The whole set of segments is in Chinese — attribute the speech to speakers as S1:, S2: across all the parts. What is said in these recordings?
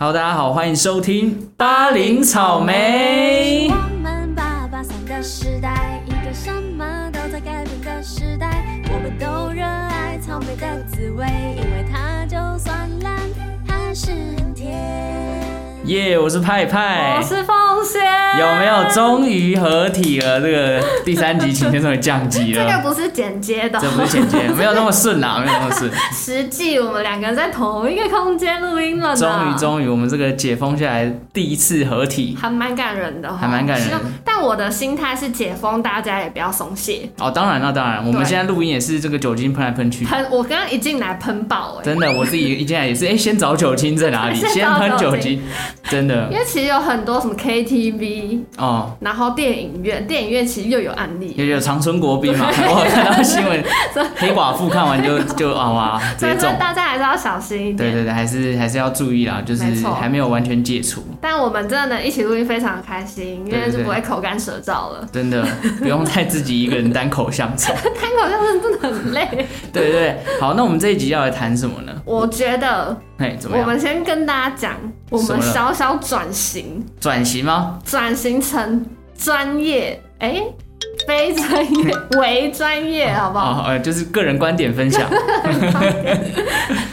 S1: Hello，大家好，欢迎收听《巴黎草莓》。
S2: 我们八八三的时代，一个什么都在改变的时代。我们都热爱草莓的滋味，因为它就算烂，还是很甜。
S1: 耶、我是派派
S3: 我。是凤仙，
S1: 有没有终于合体了？这个第三集请先生也降级
S3: 这个
S1: 了，
S3: 不是剪接的哦，
S1: 这不是简 介，没有那么顺啦，没有那么顺。
S3: 实际我们两个人在同一个空间录音了呢，
S1: 终于，终于，我们这个解封下来第一次合体
S3: 还蛮感人的哦，
S1: 还蛮感人
S3: 希望但我的心态是解封，大家也不要松懈。
S1: 哦。当然了，当然，我们
S3: 对
S1: 现在录音也是这个酒精喷来喷去。
S3: 喷，我刚刚一进来喷爆哎、
S1: 真的，我自己一进来也是，哎、先找酒精在哪里？
S3: 先
S1: 先
S3: 找
S1: 喷
S3: 酒
S1: 酒
S3: 精
S1: 精，真的
S3: 因为其实有很多什么 KTV，
S1: 哦。
S3: 然后电影院，电影院其实又有案例，
S1: 也有长春国宾嘛，我有看到新 闻，黑寡妇看完就就啊哇，直
S3: 所
S1: 接
S3: 以说
S1: 中。
S3: 大家还是要小心一点。
S1: 对对对，还是还是要注意啦，就是
S3: 没错
S1: 还没有完全解除，
S3: 但我们真的一起录音非常开心，因
S1: 对
S3: 为
S1: 对
S3: 就
S1: 对
S3: 不会口干舌燥 了。
S1: 真的不用再自己一个人单口相 声。
S3: 单口相声真的很累，
S1: 对对对，好，那我们这一集要来谈什么呢？
S3: 我觉得
S1: 嘿，怎么
S3: 我
S1: 样？
S3: 们先跟大家讲，我
S1: 什么
S3: 们
S1: 了
S3: 小小转型，
S1: 转型吗？
S3: 转型成专业，哎、非专业，为专业，好不好？
S1: 哦，呃，就是个人观点分 享。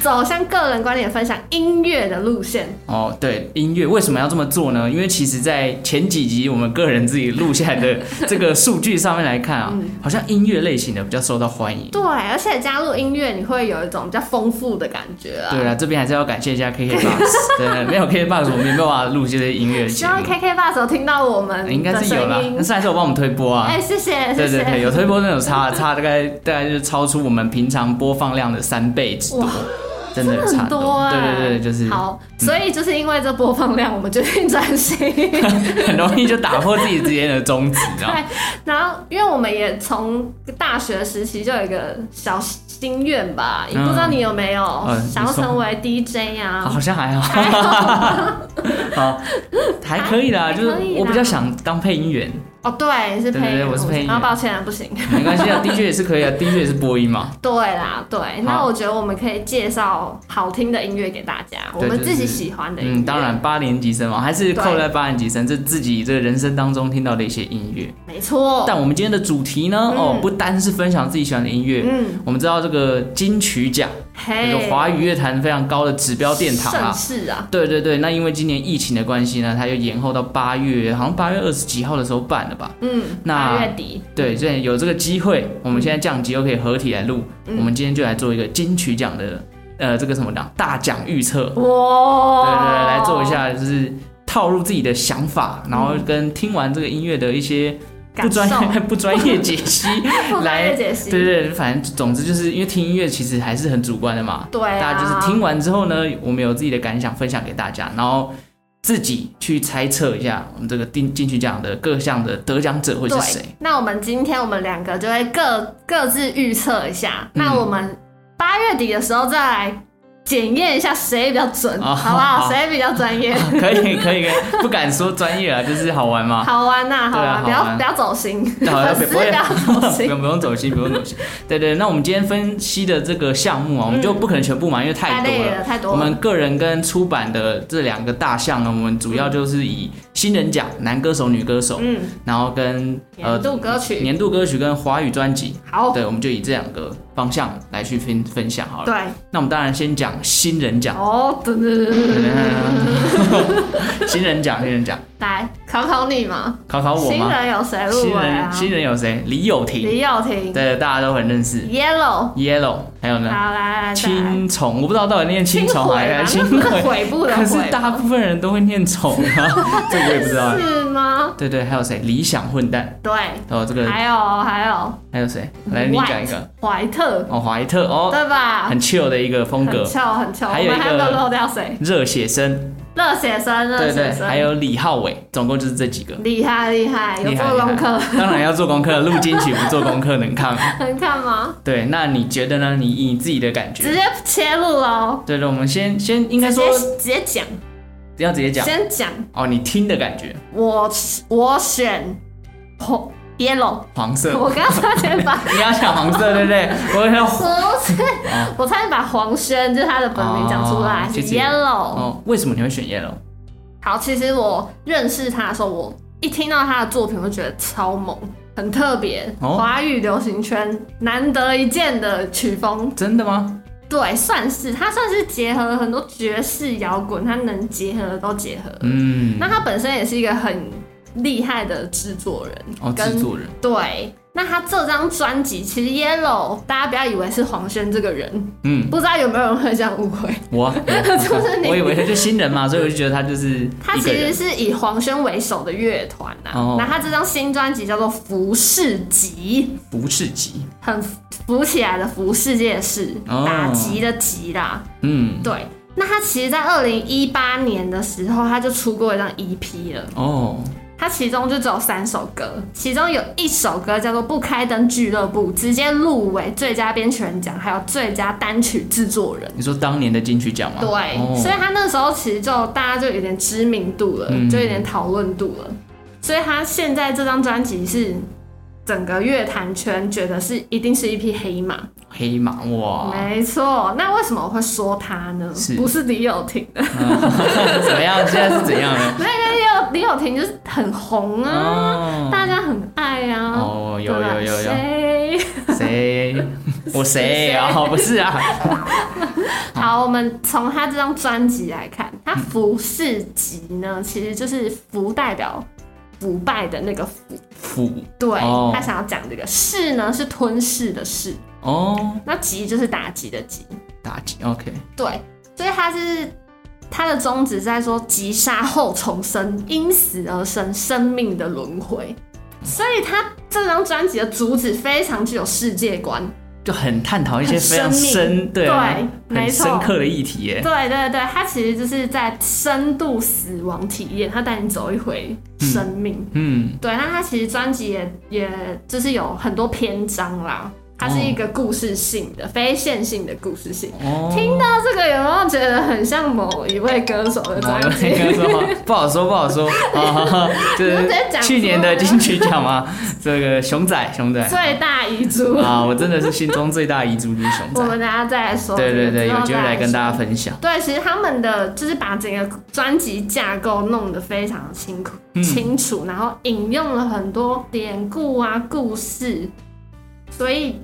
S3: 走向个人观点分享音乐的路线，
S1: 哦，对，音乐为什么要这么做呢？因为其实，在前几集我们个人自己录下来的这个数据上面来看啊，
S3: 嗯
S1: 好像音乐类型的比较受到欢迎。
S3: 对，而且加入音乐，你会有一种比较丰富的感觉啊。
S1: 对啊，这边还是要感谢一下 KKBox，真的没有 KKBox 我们也没有办法录这些音乐
S3: 希
S1: 节
S3: 望
S1: 目，
S3: KK Bus 有听到我们
S1: 啊应该
S3: 的
S1: 是有啦
S3: 声，音
S1: 但。是还是有帮我们推播啊。
S3: 哎、谢谢，谢
S1: 对
S3: 谢。
S1: 对对，有推播那种差差，大概大概就是超出我们平常播放量的三倍之多
S3: 哇，
S1: 真的有差
S3: 很
S1: 很多
S3: 多啊，
S1: 对对对，就是
S3: 好，所以就是因为这播放量，我们决定转型。
S1: 很容易就打破自己之间的宗旨，你知道吗？
S3: 对，然后因为我们也从大学时期就有一个小心愿吧，也不知道你有没有、
S1: 嗯你
S3: 想要
S1: 说
S3: 成为 DJ 啊？
S1: 好像还好，
S3: 还有
S1: 好，还可以啦，
S3: 还
S1: 就是
S3: 还可以啦
S1: 我比较想当配音员，
S3: 哦，对，是
S1: 对对
S3: 配音
S1: 对
S3: 员，
S1: 我是配音员
S3: 然后抱歉啊，不行。
S1: 没关系啊，DJ 也是可以啊，DJ 也是播音嘛，
S3: 对啦，对，那
S1: 好
S3: 我觉得我们可以介绍好听的音乐给大家，我们
S1: 对
S3: 自己喜欢的音乐。
S1: 嗯，当然八年级生嘛，还是
S3: 对
S1: 扣在八年级生，这自己这个人生当中听到的一些音乐。
S3: 没错。
S1: 但我们今天的主题呢，
S3: 嗯
S1: 哦，不单是分享自己喜欢的音乐，
S3: 嗯，
S1: 我们知道这个金曲奖，这个
S3: 嘿，
S1: 华语乐坛非常高的指标殿堂
S3: 盛
S1: 啊。
S3: 世啊，
S1: 对对对，那因为今年疫情的关系呢，它又延后到八月，好像八月二十几号的时候办的吧。
S3: 嗯，
S1: 那
S3: 八月底，
S1: 对，
S3: 嗯
S1: 所以有这个机会，我们现在降级又可以合体来录，我们今天就来做一个金曲奖的，呃，这个什么奖大奖预测，
S3: 哇，
S1: 对对
S3: 哦
S1: 对，来做一下就是套入自己的想法，然后跟听完这个音乐的一些不
S3: 感
S1: 专
S3: 受
S1: 业 不专业解 析
S3: 不专
S1: 来
S3: 业解析
S1: 对对对，反正总之就是因为听音乐其实还是很主观的嘛，
S3: 对啊
S1: 大家就是听完之后呢，我们有自己的感想分享给大家，然后自己去猜测一下我们这个金金曲奖的各项的得奖者会是
S3: 对，
S1: 谁。
S3: 那我们今天我们两个就会各各自预测一下，
S1: 嗯
S3: 那我们八月底的时候再来检验一下谁比较准，
S1: 哦
S3: 好不好？
S1: 好
S3: 谁比较专业？
S1: 可以可以可以，不敢说专业啊，就是好玩嘛。
S3: 好玩呐、好
S1: 对啊
S3: 玩，不
S1: 好玩
S3: 要不要走心，
S1: 好
S3: 粉丝
S1: 不
S3: 不
S1: 会啊
S3: 要走
S1: 不
S3: 心，
S1: 用不用走心，不用走心。对对，那我们今天分析的这个项目啊，我们就不可能全部嘛，因为
S3: 嗯太
S1: 太多
S3: 累
S1: 了。
S3: 了，太
S1: 我
S3: 多
S1: 们
S3: 了。
S1: 个人跟出版的这两个大项呢，我们主要就是以新人奖、男歌手、女歌手，
S3: 嗯，
S1: 然后跟呃
S3: 年度歌曲、
S1: 年度歌曲跟华语专辑，
S3: 好，
S1: 对，我们就以这两个方向来去分分享好了。
S3: 对，
S1: 那我们当然先讲新人奖，
S3: 哦，噔噔噔噔噔噔，
S1: 新人奖，新人奖，
S3: 来考考你嘛，
S1: 考考我
S3: 新
S1: 吗？
S3: 人有谁入
S1: 新
S3: 围啊
S1: 人？新人有谁？李友廷，
S3: 李友廷
S1: 对，大家都很认识。
S3: ，Yellow，
S1: Yellow，还有呢，
S3: 好，来来再来，
S1: 青虫，我不知道到底念青虫还是青
S3: 青啊
S1: 葵，
S3: 悔不的
S1: 可是
S3: 悔
S1: 大部分人都会念虫 啊，这个我也不知道。
S3: 是吗？
S1: 对对，还有谁？理想混蛋，
S3: 对，
S1: 哦，这个
S3: 还有还有
S1: 还有谁？来，你讲一个
S3: 怀特，
S1: 哦，怀特哦，
S3: 对吧？
S1: 很 chill 的一个风
S3: 很
S1: 格，
S3: 俏很俏，我
S1: 还有一
S3: 们
S1: 个
S3: 还没有漏掉谁？
S1: 热血生，
S3: 热血生，热
S1: 对对，
S3: 血
S1: 还
S3: 生，
S1: 有李浩伟，总共就是这几个。
S3: 厉害厉害，有
S1: 厉害
S3: 哎做功课，
S1: 厉害当然要做功课，录金曲不做功课能看吗？
S3: 能看吗？
S1: 对，那你觉得呢？你以你自己的感觉
S3: 直？接切入喽，
S1: 对对，我们先先应该说
S3: 直接直接讲，
S1: 要直接讲
S3: 先讲
S1: 哦，你听的感觉。
S3: 我我选红 yellow，
S1: 黄色，
S3: 我刚刚差点把
S1: 你要讲黄色对不对？我要
S3: 不是，我差点把黄轩就是他的本名讲出来、
S1: 哦谢
S3: 是
S1: 谢
S3: Yellow。
S1: 哦，为什么你会选 yellow？
S3: 好，其实我认识他的时候，我一听到他的作品，我就觉得超猛，很特别，
S1: 哦
S3: 华语流行圈难得一见的曲风。
S1: 真的吗？
S3: 对，算是他算是结合了很多爵士摇滚，他能结合的都结合。
S1: 嗯，
S3: 那他本身也是一个很厉害的制作人，
S1: 哦，制
S3: 跟
S1: 作人
S3: 对。那他这张专辑其实 Yellow，大家不要以为是黄轩这个人，
S1: 嗯，
S3: 不知道有没有人会这样误会。
S1: 我 啊
S3: 就是你
S1: 我以为他就新人 嘛，所以我就觉得他就是
S3: 他
S1: 一
S3: 其
S1: 个
S3: 实
S1: 人。
S3: 是以黄轩为首的乐团呐、
S1: 哦
S3: 那他这张新专辑叫做《浮世集
S1: 不是级，》，
S3: 很浮起来的浮，世界的世，
S1: 哦
S3: 打击的击啦。
S1: 嗯，
S3: 对，那他其实，在二零一八年的时候，他就出过一张 EP 了。
S1: 哦，
S3: 他其中就只有三首歌，其中有一首歌叫做《不开灯俱乐部》，直接入围最佳编曲人奖，还有最佳单曲制作人。
S1: 你说当年的金曲奖吗？
S3: 对，
S1: 哦
S3: 所以他那时候其实就大家就有点知名度了，
S1: 嗯
S3: 就有点讨论度了。所以他现在这张专辑是整个乐坛圈觉得是一定是一匹黑马，
S1: 黑马哇，
S3: 没错。那为什么我会说他呢？
S1: 是
S3: 不是李友廷的？
S1: 怎么样？现在是怎样呢？
S3: 那个李友李友廷就是很红 啊，
S1: 哦，
S3: 大家很爱啊。
S1: 哦，有
S3: 对啊吧
S1: 有有有，
S3: 谁？
S1: 谁？我谁啊？
S3: 谁
S1: 哦，不是啊，
S3: 好，我们从他这张专辑来看，他服饰集呢，其实就是服代表腐败的那个腐。
S1: 腐
S3: 对、
S1: 哦
S3: 他想要讲这个噬呢是吞噬的噬，
S1: 哦，
S3: 那击就是打击的击。
S1: 打击 OK，
S3: 对，所以他是他的宗旨是在说击杀后重生，因死而生，生命的轮回。所以他这张专辑的主旨非常具有世界观，
S1: 就很探讨一些
S3: 很
S1: 非常
S3: 生命
S1: 深，对啊，
S3: 对没
S1: 很
S3: 错
S1: 深刻的议题耶。
S3: 对对对，他其实就是在深度死亡体验，他带你走一回生命。
S1: 嗯，
S3: 对，那他其实专辑也也就是有很多篇章啦，它是一个故事性的、非线性的故事性。
S1: 哦，
S3: 听到这个有没有觉得很像某一位歌手的专
S1: 我
S3: 辑？
S1: 那个什么，不好说，不好 说啊，就
S3: 你
S1: 是
S3: 就直接讲出来
S1: 去年的金曲奖嘛， 这个熊仔，熊仔
S3: 最大遗珠，
S1: 啊，我真的是心中最大遗珠就是熊
S3: 我
S1: 仔，
S3: 们大家再来说。
S1: 对对对，
S3: 之
S1: 有
S3: 后
S1: 机会来跟
S3: 说
S1: 大家。分享，
S3: 对，其实他们的就是把整个专辑架构弄得非常清楚、
S1: 嗯
S3: 清楚，然后引用了很多典故啊、故事，所以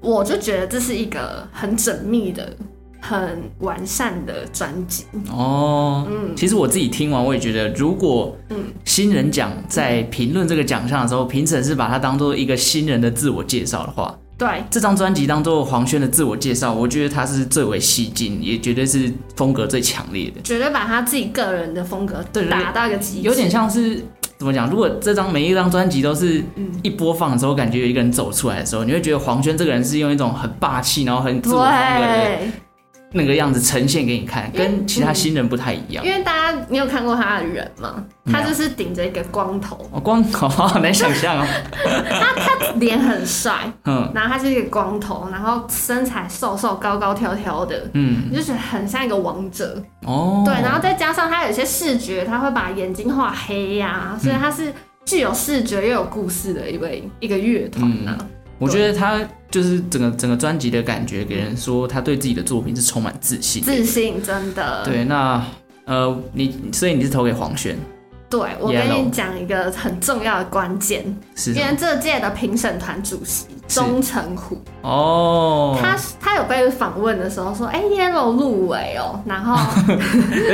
S3: 我就觉得这是一个很缜密的、很完善的专辑。
S1: 哦。
S3: 嗯，
S1: 其实我自己听完，我也觉得，如果
S3: 嗯
S1: 新人奖在评论这个奖项的时候，评审是把它当做一个新人的自我介绍的话，
S3: 对，
S1: 这张专辑当做黄轩的自我介绍，我觉得他是最为吸睛，也绝对是风格最强烈的。
S3: 绝对把他自己个人的风格
S1: 对对对
S3: 打到一个极致，
S1: 有点像是怎么讲？如果这张每一张专辑都是
S3: 嗯
S1: 一播放的时候，感觉有一个人走出来的时候，你会觉得黄轩这个人是用一种很霸气，然后很自我风格的
S3: 对，
S1: 那个样子呈现给你看，跟其他新人不太一样。
S3: 因为大家你有看过他的人吗？
S1: 没
S3: 他
S1: 有
S3: 就是顶着一个光头，
S1: 我哦光好好难想象哦，
S3: 脸很帅，
S1: 嗯
S3: 然后他是一个光头，然后身材瘦瘦、高高挑挑的。
S1: 嗯
S3: 你就觉得很像一个王者，
S1: 哦，
S3: 对，然后再加上他有些视觉，他会把眼睛画黑呀、
S1: 嗯
S3: 所以他是具有视觉又有故事的一位一个乐团啊。
S1: 我觉得他就是整个整个专辑的感觉，给人说他对自己的作品是充满自信。
S3: 自信真的，
S1: 对，那呃，你所以你是投给黄轩
S3: 对我跟
S1: Yellow
S3: 你讲一个很重要的关键，
S1: 是
S3: 因
S1: 什
S3: 为
S1: 么？
S3: 这届的评审团主席
S1: 是
S3: 钟成虎，
S1: 哦，
S3: 他他有被访问的时候说，哎、y e l l o w 入围哦，然后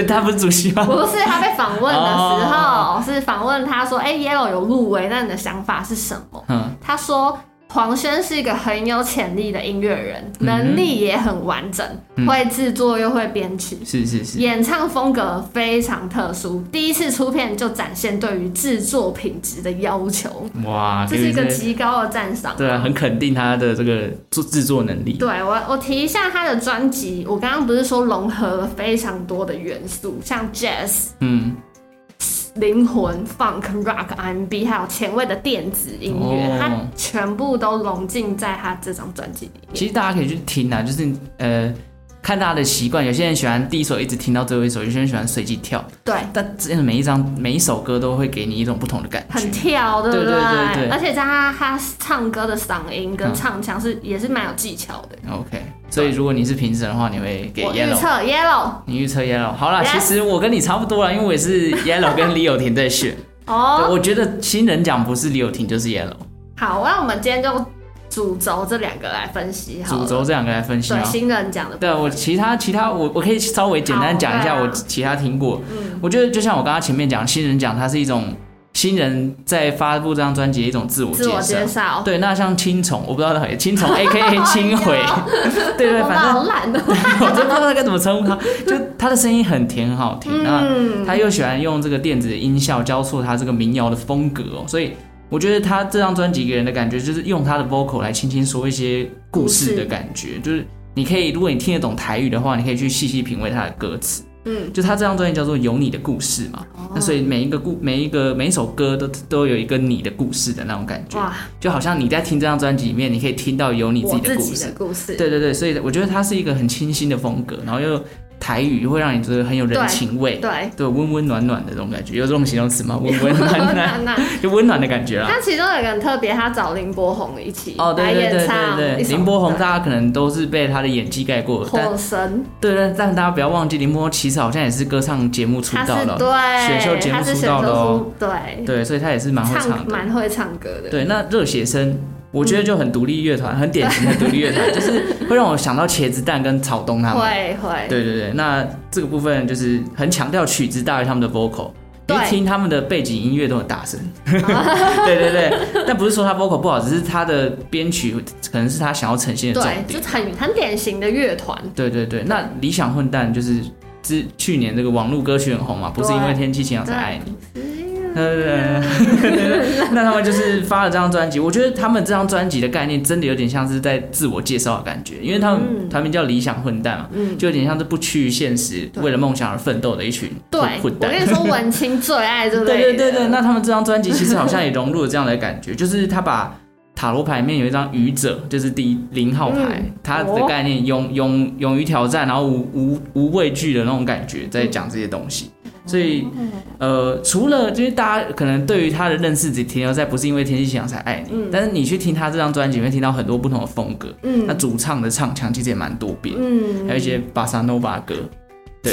S1: 他不是主席吗？
S3: 不是他被访问的时
S1: 哦
S3: 候是访问他说，哎、y e l l o w 有入围，那你的想法是什么？
S1: 嗯。
S3: 他说。黄轩是一个很有潜力的音乐人，
S1: 嗯哼
S3: 能力也很完整，
S1: 嗯
S3: 会制作又会编曲，
S1: 是是是，
S3: 演唱风格非常特殊，第一次出片就展现对于制作品质的要求，
S1: 哇，
S3: 这是一个
S1: 可以
S3: 极高的赞赏。
S1: 啊对啊，很肯定他的这个制制作能力。
S3: 对我，我提一下他的专辑，我刚刚不是说融合了非常多的元素，像 jazz、
S1: 嗯，
S3: 灵魂、funk、rock、R&B，还有前卫的电子音乐，
S1: 哦
S3: 它全部都融进在他这张专辑里面。
S1: 其实大家可以去听啊，就是呃，看大家的习惯，有些人喜欢第一首一直听到最后一首，有些人喜欢随机跳，
S3: 对，
S1: 但真的每一张每一首歌都会给你一种不同的感觉
S3: 很。跳，对不
S1: 对对对对
S3: 而且加上他唱歌的嗓音跟
S1: 嗯
S3: 唱腔是、也是蛮有技巧的。
S1: OK，所以如果你是评审的话，你会给
S3: 我预
S1: Yellow，
S3: 测啊 Yellow
S1: 你预测 Yellow。好啦，
S3: Yes
S1: 其实我跟你差不多啦，因为我也是 Yellow 跟李友廷在选。对，
S3: 哦，
S1: 我觉得新人奖不是李友廷就是 Yellow，
S3: 好，那我们今天就主轴这两个来分析好
S1: 主
S3: 了。
S1: 轴这两个来分析
S3: 对
S1: 啊。
S3: 新人奖的部
S1: 对，
S3: 分，
S1: 我其他其他我我可以稍微简单讲一下
S3: 好对啊
S1: 我其他听过。
S3: 嗯
S1: 我觉得就像我刚刚前面讲，新人奖它是一种新人在发布这张专辑的一种自我
S3: 自我
S1: 介绍
S3: 介。绍，
S1: 对，那像青虫，我不知道到底青虫 A K A 青回，对对，
S3: 我
S1: 反正
S3: 好懒的。
S1: 我真不知道该怎么称呼他，就他的声音很甜，很好听。啊那、
S3: 嗯，
S1: 他又喜欢用这个电子的音效交错他这个民谣的风格哦，所以我觉得他这张专辑给人的感觉就是用他的 vocal 来轻轻说一些故事的感觉，就是你可以，如果你听得懂台语的话，你可以去细细品味他的歌词。
S3: 嗯，哦
S1: 就他这张专辑叫做《有你的故事》嘛，那所以每一个故每一个每一首歌都都有一个你的故事的那种感觉，
S3: 哇，
S1: 就好像你在听这张专辑里面，你可以听到有你自
S3: 我
S1: 己的
S3: 自
S1: 故
S3: 己
S1: 事
S3: 的。故事，
S1: 对对对，所以我觉得它是一个很清新的风格，然后又台语会让你觉得很有人
S3: 对
S1: 情味。
S3: 对，
S1: 对，温温暖暖的这种感觉，有这种形容词 吗？温温暖暖，
S3: 那
S1: 就温暖的感觉 啦。
S3: 那其中有一个很特别，他找林柏宏一起
S1: 哦，
S3: 来
S1: 对对
S3: 演
S1: 对
S3: 唱
S1: 对
S3: 一
S1: 对，
S3: 首
S1: 林柏宏
S3: 对
S1: 大家可能都是被他的演技盖过，但
S3: 火神，
S1: 对对，但大家不要忘记，林柏宏其实好像也是歌唱节目出
S3: 他是
S1: 道的哦，
S3: 对
S1: 选秀节目
S3: 他是
S1: 出
S3: 选
S1: 道的
S3: 秀
S1: 哦，
S3: 出对，
S1: 对，所以他也是蛮会唱
S3: 唱
S1: 的。
S3: 蛮会唱歌的，
S1: 对，那热血生，我觉得就很独立乐团，很典型的独立乐 团，就是会让我想到茄子蛋跟草东他们。
S3: 会会，
S1: 对对对，那这个部分就是很强调曲子大于他们的 vocal。你
S3: 对
S1: 听他们的背景音乐都很大声，对对对，但不是说他 vocal 不好，只是他的编曲可能是他想要呈现的重
S3: 对，就
S1: 点。
S3: 很很典型的乐团，
S1: 对对对，那理想混蛋就是之去年这个网络歌曲很红嘛，不是因为
S3: 对
S1: 天气晴朗才爱你。对对对，对 那他们就是发了这张专辑，我觉得他们这张专辑的概念真的有点像是在自我介绍的感觉，因为他们
S3: 嗯
S1: 团名叫理想混蛋嘛，
S3: 嗯，
S1: 就有点像是不屈于现实、
S3: 对
S1: 为了梦想而奋斗的一群
S3: 对，
S1: 混
S3: 我
S1: 蛋
S3: 跟。 你说，文青最爱这类的，
S1: 对对对对，那他们这张专辑其实好像也融入了这样的感觉，就是他把塔罗牌里面有一张愚者，就是第一零号牌
S3: 嗯，
S1: 它的
S3: 哦
S1: 概念勇勇勇于挑战，然后无无无畏惧的那种感觉，在讲这些东西。
S3: 哦
S1: 所以，呃，除了就是大家可能对于他的认识只停留在不是因为天气晴朗才爱你，
S3: 嗯
S1: 但是你去听他这张专辑，你会听到很多不同的风格。那
S3: 嗯
S1: 主唱的唱腔其实也蛮多变，
S3: 嗯，
S1: 还有一些巴萨诺瓦歌，
S3: 其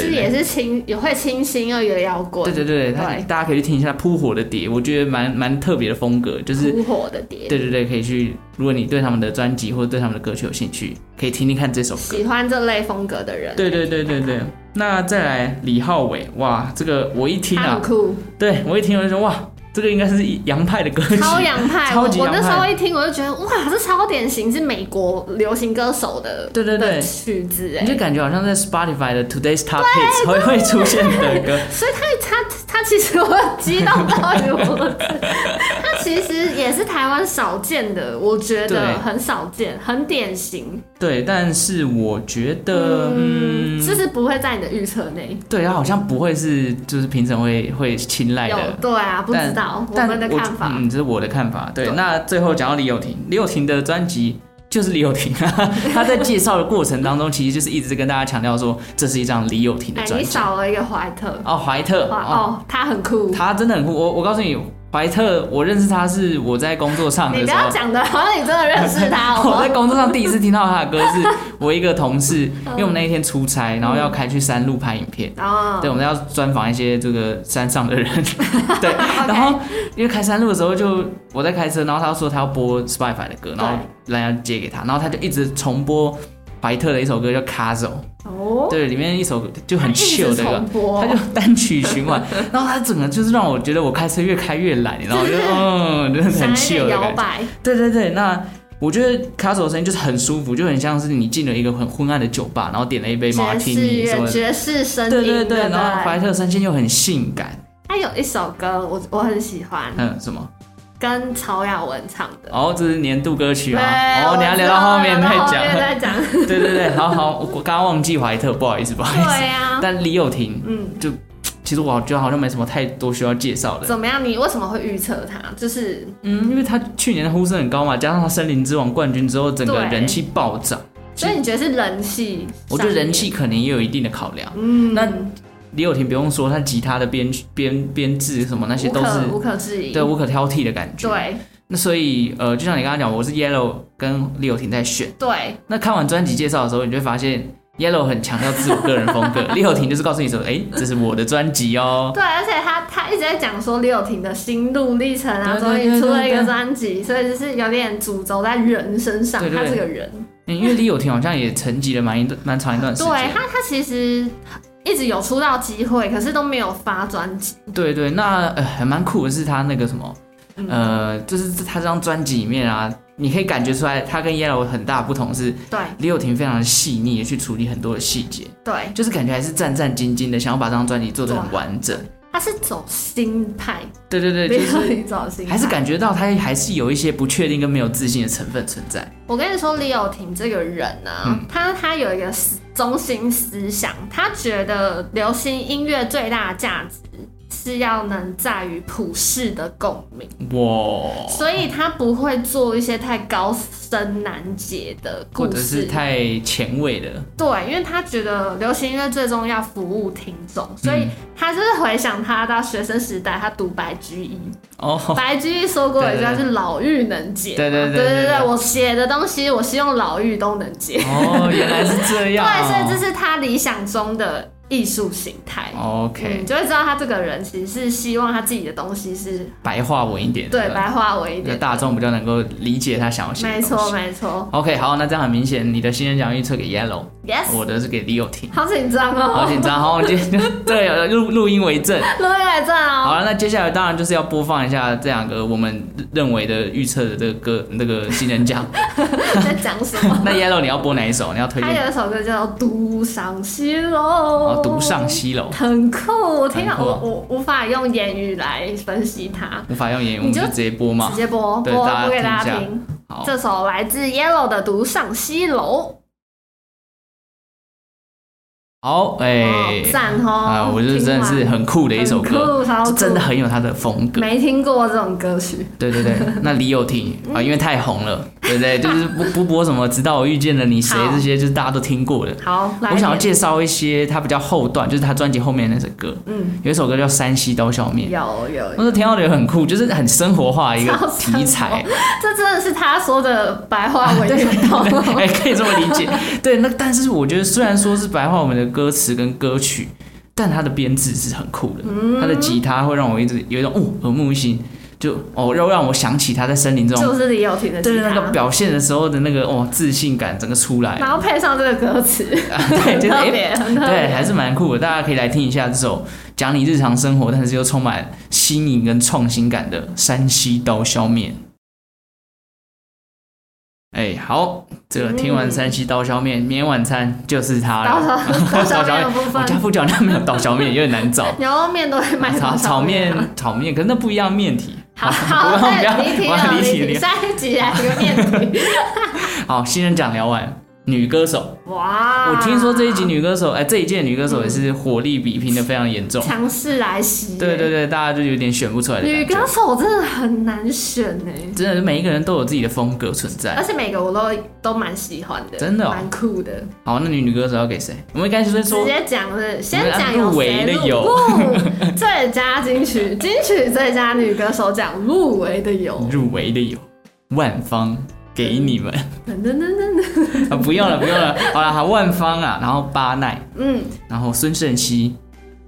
S1: 对
S3: 实
S1: 对
S3: 也是清，也会清新又有摇滚，
S1: 对对对，他
S3: 对
S1: 大家可以去听一下《扑火的蝶》，我觉得蛮蛮特别的风格，就是
S3: 扑火的蝶，
S1: 对对对，可以去。如果你对他们的专辑或者对他们的歌曲有兴趣，可以听听看这首歌。
S3: 喜欢这类风格的人，
S1: 对对对对对，那再来李浩伟，哇，这个我一听
S3: 他
S1: 啊
S3: 很， 酷，
S1: 对我一听我就说哇，这个应该是洋派的歌曲，
S3: 超洋派，
S1: 超
S3: 我
S1: 级
S3: 我
S1: 洋
S3: 那时
S1: 派
S3: 候一听我就觉得哇，这超典型是美国流行歌手的
S1: 对对对
S3: 的曲子
S1: 你就
S3: 哎，
S1: 感觉好像在 Spotify 的 Today's Top Hits
S3: 啊
S1: 会会出现的歌。
S3: 哎所以他他他其实我激动到有， 他其实也是台湾少见的，我觉
S1: 对
S3: 得很少见，很典型，
S1: 对，但是我觉得，嗯，
S3: 就是不会在你的预测内
S1: 对，他好像不会是就是评审会会青睐
S3: 有
S1: 的，
S3: 对啊，不
S1: 但
S3: 知道我
S1: 但
S3: 们的看法，
S1: 嗯，这是我的看法。对，
S3: 对
S1: 那最后讲到李友廷，李友廷的专辑就是李友廷啊， 他在介绍的过程当中，其实就是一直跟大家强调说，这是一张李友廷的
S3: 哎，
S1: 专
S3: 你
S1: 辑。
S3: 少了一个怀特，
S1: 哦，怀特
S3: 哇哦，他很酷。
S1: 他真的很酷。我我告诉你，怀特，我认识他是我在工作上
S3: 你
S1: 的
S3: 不
S1: 时
S3: 要
S1: 候。
S3: 讲的，好像你真的认识 他
S1: 我在
S3: 哦。
S1: 工作上第一次听到他的歌， 是我一个同事，因为我们那一天出差，
S3: 嗯
S1: 然后要开去山路拍影片，
S3: 哦，
S1: 对，我们要专访一些这个山上 的人，对。然后因为开山路的时候就我在开车，然后他说他要播 Spotify 的歌，然后蓝牙借给他，然后他就一直重播怀特的一首歌叫《Castle》，
S3: 哦，
S1: 对，里面一首就很
S3: 一直
S1: chill 的歌
S3: 重，播
S1: 他就单曲循 环，然后他整个就是让我觉得我开车越开越懒，然 后就嗯，就是
S3: 想
S1: 很
S3: 要一
S1: chill
S3: 点
S1: 的
S3: 摇
S1: 感觉。
S3: 摆，
S1: 对对对，那。我觉得 Castle 的声音就是很舒服，就很像是你进了一个很昏暗的酒吧，然后点了一杯
S3: 爵士
S1: martini 什么
S3: 乐、
S1: 的，
S3: 爵士声音，
S1: 对对对，
S3: 不
S1: 然后怀特声线又很性感，
S3: 他有一首歌我我很喜欢，
S1: 嗯，什么？
S3: 跟曹雅文唱的。
S1: 哦，这是年度歌曲
S3: 对，
S1: 啊，
S3: 我
S1: 哦，你要
S3: 知
S1: 留
S3: 道
S1: 到后面再
S3: 聊到后面
S1: 讲。
S3: 再 讲。
S1: 对对对，好好，我我刚刚忘记怀特，不好意思，不好意思。
S3: 对啊呀，
S1: 但李友廷，
S3: 嗯，
S1: 其实我觉得好像没什么太多需要介绍的，嗯
S3: 怎么样？你为什么会预测他？就是
S1: 嗯，因为他去年的呼声很高嘛，加上他《森林之王》冠军之后，整个
S3: 对
S1: 人气暴涨，
S3: 所以你觉得是人气？
S1: 我觉得人气，可能也有一定的考量。
S3: 嗯，
S1: 那李友廷不用说，他吉他的编编编制什么那些
S3: 无
S1: 都
S3: 可
S1: 是
S3: 无可置疑。
S1: 对无可挑剔的感觉。，
S3: 对
S1: 那所以呃，就像你刚刚讲，我是 Yellow 跟李友廷在选。
S3: 对
S1: 那看完专辑介绍的时候，你就会发现 Yellow 很强调自我个人风 格，李友廷就是告诉你说，哎、这是我的专辑哦。
S3: 对，而且他他一直在讲说李友廷的心路历程啊，
S1: 对对
S3: 终
S1: 对
S3: 于出了一
S1: 对
S3: 个
S1: 对
S3: 专辑，所以就是有点主轴在人身上，
S1: 对对
S3: 他
S1: 对
S3: 这个人。
S1: 嗯因为李友廷好像也沉寂了蛮一段蛮长一段时
S3: 对
S1: 间。
S3: 他，他其实一直有出道机会，可是都没有发专辑。
S1: 对对，那呃还蛮酷的是他那个什么，
S3: 嗯
S1: 呃，就是他这张专辑里面啊，你可以感觉出来他跟 Yellow 很大不同是
S3: 对
S1: 李友廷非常的细腻的去处理很多的细节，
S3: 对，
S1: 就是感觉还是战战兢兢的想要把这张专辑做得很完整。
S3: 他是走新派，
S1: 对对对，就
S3: 没有
S1: 是
S3: 你走新派，
S1: 还是感觉到他还是有一些不确定跟没有自信的成分存在。
S3: 我跟你说，李友廷这个人呢、啊
S1: 嗯
S3: 他他有一个思中心思想，他觉得流行音乐最大的价值是要能在于普世的共鸣，
S1: 哇，
S3: 所以他不会做一些太高深难解的故
S1: 或
S3: 事，
S1: 者是太前卫的，
S3: 对，因为他觉得流行音乐最终要服务听众，所
S1: 嗯
S3: 以他就是回想他到学生时代，他读白居易，
S1: 哦，
S3: 白居易说过一句话
S1: 对对对
S3: 是“老妪能解”，
S1: 对对
S3: 对
S1: 对对对
S3: 我写的东西，我希望老妪都能解。
S1: 哦，原来是这样
S3: 对，所
S1: 哦，
S3: 以这是他理想中的艺术形态。你
S1: OK，
S3: 就会知道他这个人其实是希望他自己的东西是
S1: 白话文一点，
S3: 对白话文一
S1: 那
S3: 点。
S1: 大众比较能够理解他想要写的
S3: 没
S1: 东西
S3: 错，。没错。
S1: OK，好，那这样很明显，你的新人奖预测给 Yellow，
S3: Yes，
S1: 我的是给 Leo 听。
S3: 好紧张
S1: 好
S3: 哦，
S1: 紧张， 好，我们今天对录录音为证。
S3: 录音来证
S1: 好
S3: 哦。
S1: 了，那接下来当然就是要播放一下这两个我们认为的预测的这个歌，那个新人 奖。
S3: 你在讲什 么？
S1: 那 Yellow 你要播哪一首？你要推
S3: 他
S1: 荐？
S3: 有一首歌叫《独上西楼》，
S1: 哦，独上西楼，
S3: 很酷。我听了，
S1: 很酷
S3: 我
S1: 啊
S3: 我无法用言语来分析它，
S1: 无法用言语，我
S3: 你
S1: 们
S3: 就
S1: 就直接播嘛
S3: 直。接播播
S1: 对大家
S3: 播给
S1: 听
S3: 大
S1: 一
S3: 家
S1: 下
S3: 听。
S1: 好，
S3: 这首来自 Yellow 的《独上西楼
S1: 好，》，哎
S3: 哦，赞
S1: 啊，
S3: 哦！
S1: 我就真的是
S3: 听完
S1: 很酷的一首歌，
S3: 很酷超酷
S1: 就真的很有他的风格。
S3: 没听过这种歌曲，
S1: 对对 对，那李友廷啊，因为太红了，对不对？就是不不播什么，直到我遇见了你谁
S3: 好
S1: 这些，就是大家都听过的。
S3: 好，来
S1: 我
S3: 一
S1: 想要
S3: 点
S1: 介绍一些他比较后段，就是他专辑后面那首歌，
S3: 嗯，
S1: 有一首歌叫《山西刀削面》，
S3: 有有，
S1: 我说田浩流很酷，就是很生活化的一个
S3: 超生活
S1: 题材，
S3: 这真的是他说的白话 文运动，
S1: 哎，可以这么理 解。对，那但是我觉得虽然说是白话文的歌词跟歌曲，但它的编制是很酷的，它的吉他会让我一直有一种哦耳目一新，就哦又让我想起他在森林中
S3: 就是李友廷的
S1: 对
S3: 吉
S1: 着那个
S3: 他，
S1: 表现的时候的那个哦自信感整个出来，
S3: 然后配上这个歌 词，
S1: 对，就是
S3: 特
S1: 哎
S3: 别，很特
S1: 对，
S3: 别，
S1: 还是蛮酷的，大家可以来听一下这首讲你日常生活，但是又充满新颖跟创新感的山西刀削面。哎，好，这个听完山西刀削面，明天晚餐就是它
S3: 刀
S1: 了。
S3: 削刀削面的部
S1: 我家
S3: 分，
S1: 附近好像没有刀削面，有点难找。
S3: 牛肉面都会卖
S1: 炒
S3: 刀削
S1: 炒
S3: 面啊。
S1: 面，炒面，可是那不一样面体。
S3: 好
S1: 我
S3: 好，哎
S1: 要 不要
S3: 再离题
S1: 我
S3: 了，
S1: 要离
S3: 离
S1: 题
S3: 题。
S1: 了
S3: 啊下一集来 个面题，
S1: 好，新人奖聊完，女歌手，
S3: 哇！
S1: 我听说这一集女歌手，哎，这一届女歌手也是火力比拼的非常严重。
S3: 强势来袭，
S1: 对对，对，大家就有点选不出来的
S3: 女
S1: 感觉。
S3: 歌手真的很难选哎，
S1: 真的每一个人都有自己的风格存
S3: 而
S1: 在。
S3: 且每个我都都蛮喜欢的，
S1: 真的哦
S3: 蛮酷的。
S1: 好，那女女歌手要给谁？我们应该是
S3: 直
S1: 说，
S3: 接讲是先讲
S1: 入
S3: 有谁
S1: 围的有
S3: 入 最佳金曲， 金曲最佳女歌手奖入围的有，
S1: 入围的有万芳，给你们
S3: 噔噔噔噔噔，
S1: 啊，不用了，不用了，好了，好万芳啊，然后巴奈，
S3: 嗯
S1: 然后孙盛熙、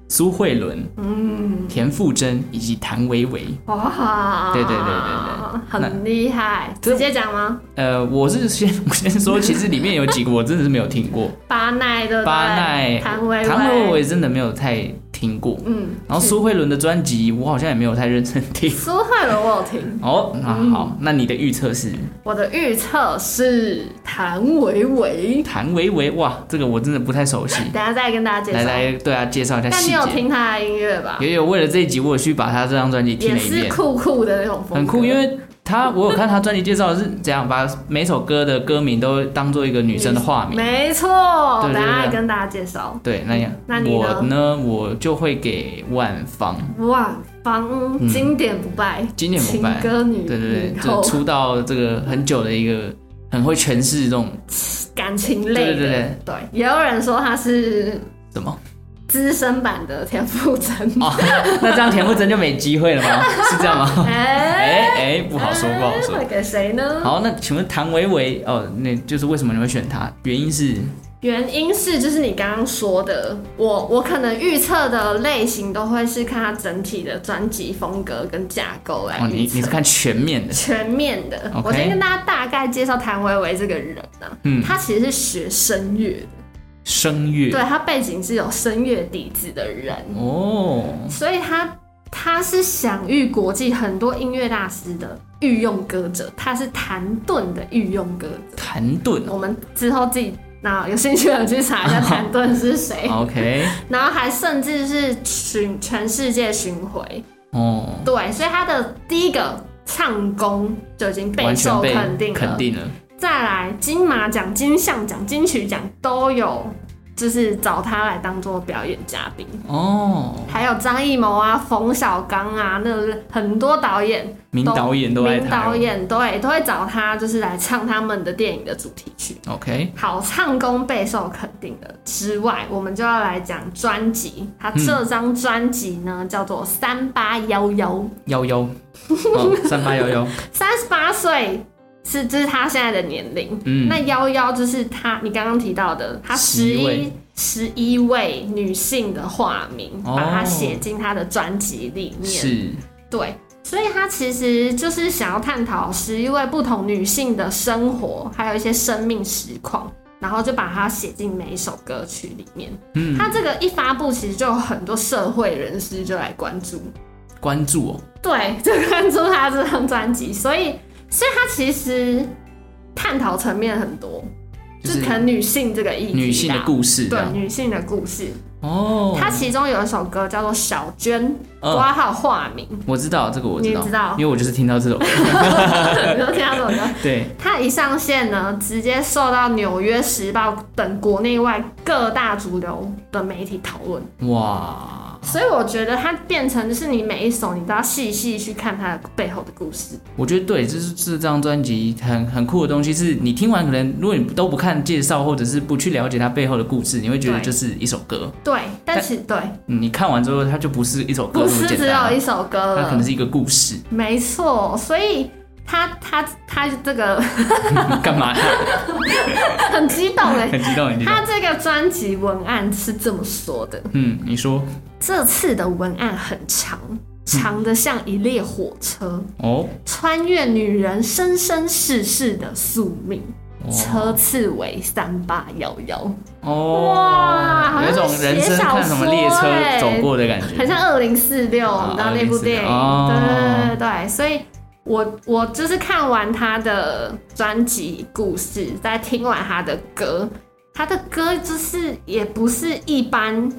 S1: 苏慧伦、
S3: 嗯，
S1: 田馥甄以及谭维维。
S3: 哇，
S1: 对对对对
S3: 对，很厉害，直接讲吗？
S1: 呃，我是先我先说，其实里面有几个我 真的是没有听 过，
S3: 巴奈对不对？
S1: 巴奈、
S3: 谭维
S1: 谭维维我
S3: 维，
S1: 也真的没有太听过。
S3: 嗯，
S1: 然后苏慧伦的专辑，我好像也没有太认真听。
S3: 苏慧伦我有听，
S1: 哦，那
S3: 嗯
S1: 好，那你的预测是？
S3: 我的预测是谭维维，
S1: 谭维维，哇，这个我真的不太熟悉。
S3: 等一下再跟大家介
S1: 来
S3: 绍。
S1: 来，对啊，介绍一下
S3: 但
S1: 细
S3: 你有
S1: 节。
S3: 听他的音乐吧？
S1: 也有为了这一集，我有去把他这张专辑听
S3: 也
S1: 了一
S3: 是
S1: 遍，
S3: 酷酷的那种风格，
S1: 很酷。因为他我有看他专辑介绍是怎样把每首歌的歌名都当做一个女生的化名。
S3: 没错，
S1: 对对
S3: 等一下
S1: 对
S3: 跟大家介绍
S1: 对，那样
S3: 那你呢
S1: 我呢，我就会给万芳，
S3: 万芳经典不败，
S1: 经典不败
S3: 情歌女
S1: 对对对，
S3: 女
S1: 就
S3: 后
S1: 出道这个很久的一个很会诠释这种
S3: 感情类的，
S1: 对对对
S3: 也有人说他是
S1: 什么
S3: 资深版的田馥甄，
S1: 哦，那这样田馥甄就没机会了 吗？是这样吗？
S3: 哎、
S1: 哎哎，不好说，不好说
S3: 会。给谁呢？
S1: 好，那请问谭维维哦，那就是为什么你会选他？原因是
S3: 原因是就是你刚刚说的，我我可能预测的类型都会是看他整体的专辑风格跟架构来
S1: 哦，你
S3: 预
S1: 你是
S3: 测。
S1: 看全面的，
S3: 全面的
S1: OK
S3: 我先跟大家大概介绍谭维维这个人啊，
S1: 嗯
S3: 他其实是学声乐的，
S1: 声乐
S3: 对他背景是有声乐底子的人，
S1: 哦，
S3: 所以他他是享誉国际很多音乐大师的御用歌者，他是谭盾的御用歌者。
S1: 谭盾哦
S3: 我们之后自己那有兴趣的去查一 下谭盾是谁，
S1: ，OK，
S3: 然后还甚至是巡全世界巡回。
S1: 哦，
S3: 对，所以他的第一个唱功就已经备
S1: 完全
S3: 受
S1: 被
S3: 肯定了。
S1: 肯定了，
S3: 再来，金马奖、金像奖、金曲奖都有，就是找他来当做表演嘉宾。
S1: 哦，
S3: 还有张艺谋啊、冯小刚啊，那很多导演、
S1: 名
S3: 都
S1: 导演都爱
S3: 名
S1: 他
S3: 导演对都会找他，就是来唱他们的电影的主题曲。
S1: ，OK，
S3: 好，唱功备受肯定的之外，我们就要来讲专辑。他这张专辑呢、
S1: 嗯
S3: 叫做《三八幺幺》，
S1: 幺幺，哦，三八幺 幺，
S3: 三十八岁是这、是他现在的年龄。
S1: 嗯
S3: 那幺幺就是他，你刚刚提到的，他
S1: 十
S3: 十
S1: 一
S3: 一
S1: 位
S3: 十一位女性的化名，
S1: 哦
S3: 把它写进他的专辑里面。
S1: 是，
S3: 对，所以他其实就是想要探讨十一位不同女性的生活，还有一些生命实况，然后就把它写进每一首歌曲里面。
S1: 嗯，
S3: 他这个一发布，其实就有很多社会人士就来关注，
S1: 关注哦，
S3: 对，就关注他这张专辑，所以，所以他其实探讨层面很多，
S1: 就
S3: 就是可能女性这个议题啦，
S1: 女性的故事这
S3: 对
S1: 样，
S3: 女性的故事，
S1: 哦，
S3: 它其中有一首歌叫做《小娟》，
S1: 嗯
S3: 挂号化名，
S1: 我知道这个我知
S3: 你
S1: 道，
S3: 知道
S1: 因为我就是听到这首歌，
S3: 你都听到这首歌。
S1: 对，
S3: 它一上线呢，直接受到《纽约时报》等国内外各大主流的媒体讨论，
S1: 哇，
S3: 所以我觉得它变成就是你每一首你都要细细去看它背后的故事。
S1: 我觉得对，就是这张专辑很很酷的东西，是你听完可能如果你都不看介绍，或者是不去了解它背后的故事，你会觉得
S3: 对
S1: 就是一首歌。
S3: 对，但
S1: 但
S3: 其对，
S1: 嗯你看完之后，它就不是一首歌那么
S3: 不是
S1: 简
S3: 只有
S1: 单
S3: 一
S1: 了，
S3: 首歌
S1: 它可能
S3: 了，
S1: 是一个故事。
S3: 没错，所以。他他他这个
S1: 干嘛？
S3: 很激动哎，
S1: 很激动，很激动。
S3: 他这个专辑文案是这么说的：
S1: 嗯，你说
S3: 这次的文案很长，长的像一列火车，
S1: 哦，
S3: 穿越女人生生世世的宿命。
S1: 哦
S3: 车次为三八幺幺，
S1: 哦，
S3: 哇好像
S1: 有一种人生看什么列车走过的感
S3: 很
S1: 觉。
S3: 像二零四六，
S1: 啊
S3: 你知道那部
S1: 2046
S3: 电影？
S1: 哦
S3: 对对对对，所以我我就是看完他的专辑故事，再听完他的歌，他的歌就是也不是一般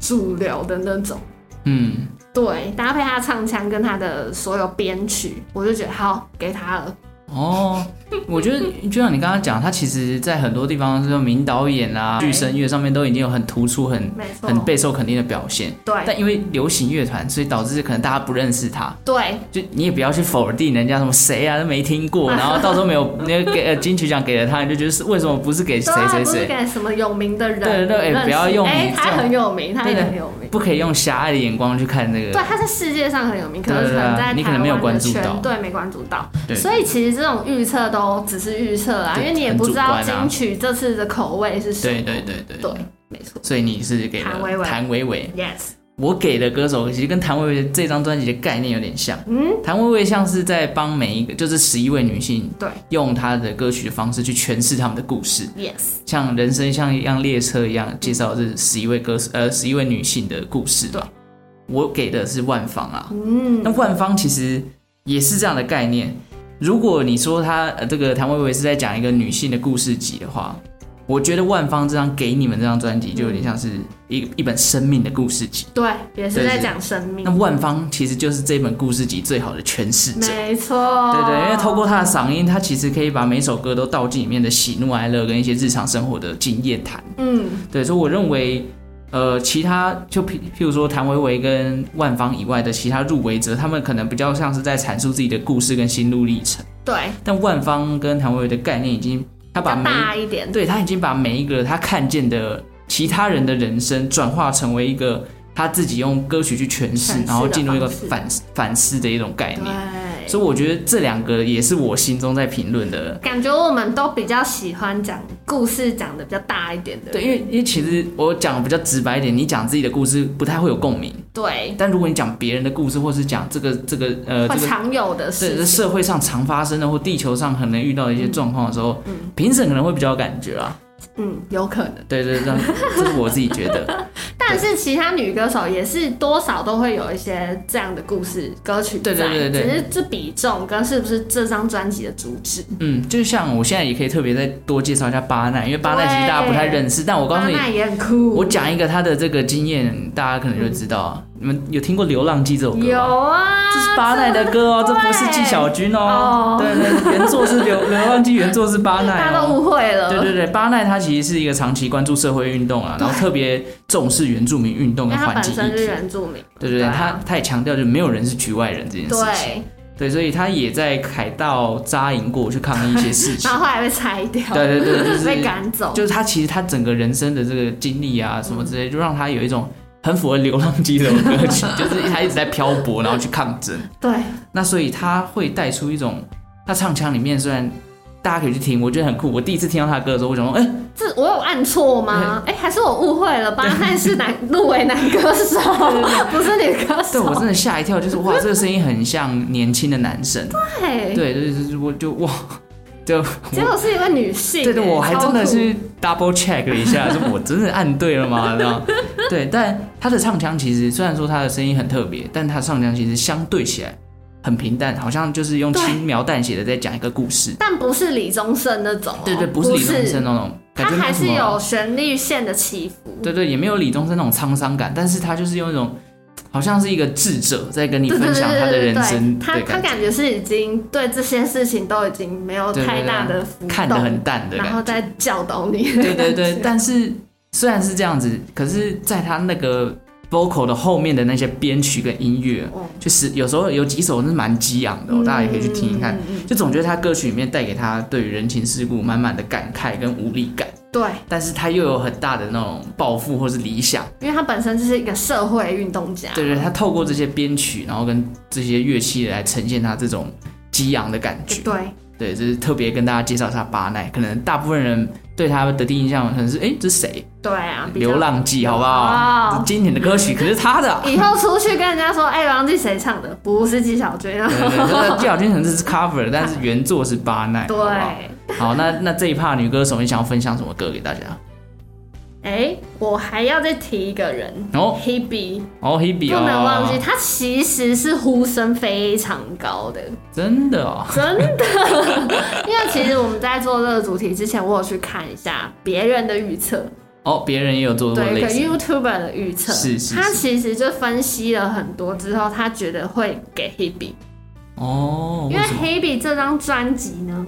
S3: 主流的那种，
S1: 嗯，
S3: 对，搭配他的唱腔跟他的所有编曲，我就觉得好给他了，
S1: 哦，我觉得就像你刚刚讲，它其实在很多地方，是名导演啊、
S3: 对
S1: 剧声乐上面都已经有很突出、很
S3: 没错，
S1: 很备受肯定的表现。
S3: 对
S1: 但因为流行乐团，所以导致可能大家不认识他，
S3: 对
S1: 就你也不要去否定人家什么谁啊都没听 过，然后到时候没有那个给呃金曲奖给了他，你就觉得是为什么不是给谁
S3: 对啊
S1: 谁
S3: 不是
S1: 谁，
S3: 给什么有名的人
S1: 对
S3: 认识，
S1: 对哎不要用你
S3: 哎，
S1: 这
S3: 他
S1: 样
S3: 很有名，他
S1: 对
S3: 也
S1: 对
S3: 很有名。
S1: 不可以用狭隘的眼光去看这
S3: 对，啊
S1: 个。
S3: 他在世界上很有名，可
S1: 对
S3: 是可
S1: 对
S3: 能
S1: 对
S3: 在
S1: 你可
S3: 台
S1: 能没有
S3: 湾
S1: 关
S3: 的
S1: 注
S3: 圈
S1: 到
S3: 对没关注到
S1: 对，
S3: 所以其实这种预测都只是预测啦，
S1: 对
S3: 因为你也
S1: 很
S3: 不
S1: 主
S3: 知道
S1: 观啊
S3: 金曲这次的口味是什
S1: 对
S3: 么。
S1: 对对对
S3: 对，没错。
S1: 所以你是给
S3: 谭维维
S1: 了谭维维，
S3: Yes，
S1: 我给的歌手其实跟谭维维这张专辑的概念有点像。
S3: 嗯，
S1: 谭维维像是在帮每一个，就是十一位女性，
S3: 对
S1: 用她的歌曲的方式去诠释她们的故事。
S3: ，Yes，
S1: 像人生像一辆列车一样，介绍这十一位歌手呃十一位女性的故事吧。我给的是万芳啊，
S3: 嗯
S1: 那，万芳其实也是这样的概念。如果你说她呃这个谭维维是在讲一个女性的故事集的话，我觉得万芳这张给你们这张专辑就有点像是一、一本生命的故事集。
S3: 对，也是
S1: 对
S3: 在
S1: 是
S3: 讲生
S1: 那
S3: 命，
S1: 万芳其实就是这本故事集最好的诠释者。
S3: 没错。
S1: 对对，因为透过他的嗓音，他其实可以把每首歌都道尽里面的喜怒哀乐跟一些日常生活的经验谈。
S3: 嗯，
S1: 对，所以我认为，呃，其他就譬譬如说谭维维跟万芳以外的其他入围者，他们可能比较像是在阐述自己的故事跟心路历程。
S3: 对，
S1: 但万芳跟谭维维的概念已经，他把
S3: 比较
S1: 每
S3: 大一点，
S1: 对他已经把每一个他看见的其他人的人生转化成为一个他自己用歌曲去诠
S3: 诠释
S1: 释，
S3: 的
S1: 然后进入一个
S3: 方式
S1: 反反思的一种概念。
S3: 对，
S1: 所以我觉得这两个也是我心中在评论的。
S3: 感觉我们都比较喜欢讲故事，讲的比较大一点的人，
S1: 对，因为因为其实我讲比较直白一点，你讲自己的故事不太会有共鸣，
S3: 对，
S1: 但如果你讲别人的故事，或是讲这个这个呃
S3: 会
S1: 这个
S3: 常有的
S1: 这
S3: 事
S1: 这
S3: 情，
S1: 社会上常发生的或地球上可能遇到的一些状况的时候，评审可能会比较有感觉啊。
S3: 嗯，有可能。
S1: 对对对，这是我自己觉 得。
S3: 但是其他女歌手也是多少都会有一些这样的故事歌曲
S1: 对
S3: 在，
S1: 对对对
S3: 只是这比重跟是不是这张专辑的主旨。
S1: 嗯，就像我现在也可以特别再多介绍一下巴奈，因为巴奈其实大家不太认识，但我告诉你
S3: 那，也很酷，
S1: 我讲一个他的这个经验，大家可能就知道啊。你们有听过《流浪记》这首歌吗？
S3: 有啊，
S1: 这是巴奈的歌哦，这
S3: 对
S1: 不是纪晓君哦
S3: 哦。
S1: 对对，原作是流《流浪记》，原作是巴奈
S3: 大家都
S1: 哦。
S3: 误会了，
S1: 对对对，巴奈他其实是一个长期关注社会运动啊，然后特别重视原住民运动
S3: 因为
S1: 跟环
S3: 他本
S1: 境
S3: 身
S1: 议
S3: 是
S1: 题。
S3: 原住民，
S1: 对对对，
S3: 啊
S1: 他他也强调就没有人是局外人这件事情。
S3: 对，
S1: 对，所以他也在凯道扎营过去抗议一些事情
S3: 然。后后来被拆掉，
S1: 对对对，就是
S3: 被赶走，
S1: 就是他其实他整个人生的这个经历啊什么之类，就让他有一种很符合《流浪记》这首歌 曲，就是他一直在漂泊，然后去抗争。
S3: 对，
S1: 那所以他会带出一种，他唱腔里面虽然大家可以去听，我觉得很酷。我第一次听到他的歌的时候，我想说，哎、
S3: 这我有按错吗？哎、还是我误会了吧？那是男入围男歌手，不是女歌
S1: 对我
S3: 手。
S1: 真的吓一跳，就是哇，这个声音很像年轻的男生。
S3: 对，
S1: 对对对，我就哇，就
S3: 结果是一位女性、
S1: 对对，
S3: 哎
S1: 我还真的
S3: 超酷
S1: 是 double check 了一下，说我真的按对了吗？这 样，对，但他的唱腔其实虽然说他的声音很特别，但他的唱腔其实相对起来很平淡，好像就是用
S3: 对
S1: 轻描淡写的在讲一个故事。
S3: 但不是李宗盛那种、哦，
S1: 对对，不是李宗盛那种，
S3: 他
S1: 感觉没
S3: 还
S1: 什
S3: 是
S1: 么
S3: 有旋律线的起伏，
S1: 对对，也没有李宗盛那种沧桑感，但是他就是用一种好像是一个智者在跟你分享他的人生的
S3: 他他
S1: 感觉，
S3: 感觉是已经对这些事情都已经没有
S1: 对对
S3: 太
S1: 对
S3: 大的浮动，
S1: 看得很淡的
S3: 然
S1: 感
S3: 后
S1: 觉。
S3: 再教导你，
S1: 对对 对，，但是虽然是这样子，可是在他那个 vocal 的后面的那些编曲跟音乐，
S3: 哦
S1: 就是有时候有几首是蛮激昂
S3: 嗯
S1: 的、哦，大家也可以去听一看。就总觉得他歌曲里面带给他对于人情世故满满的感慨跟无力感，
S3: 对，
S1: 但是他又有很大的那种抱负或是理想。
S3: 因为他本身就是一个社会运动家，
S1: 对对，他透过这些编曲，然后跟这些乐器来呈现他这种激昂的感觉。
S3: 对，
S1: 对，就是特别跟大家介绍一下巴奈，可能大部分人对他的第一印象可能是，哎，这是谁？
S3: 对啊，比较
S1: 流浪记，好不
S3: 哦
S1: 好？这经典的歌曲，可是他 的啊。
S3: 以后出去跟人家说，哎、王记谁唱的？不是纪晓君啊。
S1: 对对对那纪晓君可能是 cover，但是原作是巴奈。好
S3: 对，
S1: 不好
S3: 哎、
S1: 好，那那这一趴女歌手，你想要分享什么歌给大家？
S3: 哎我还要再提一个人
S1: 哦
S3: Hebe，
S1: 哦
S3: 不
S1: ，Hebe 哦，
S3: 能忘记，他其实是呼声非常高的，
S1: 真的哦，
S3: 真的。 因为其实我们在做这个主题之前，我有去看一下别人的预测，
S1: 哦，别人也有做过
S3: 对一
S1: 类
S3: 个
S1: 似的，
S3: YouTuber 的预测，
S1: 是是
S3: 他
S1: 是
S3: 其实就分析了很多之后，他觉得会给 Hebe。
S1: 哦，
S3: 因为
S1: 为
S3: 《
S1: 什么？
S3: 黑笔》这张专辑呢，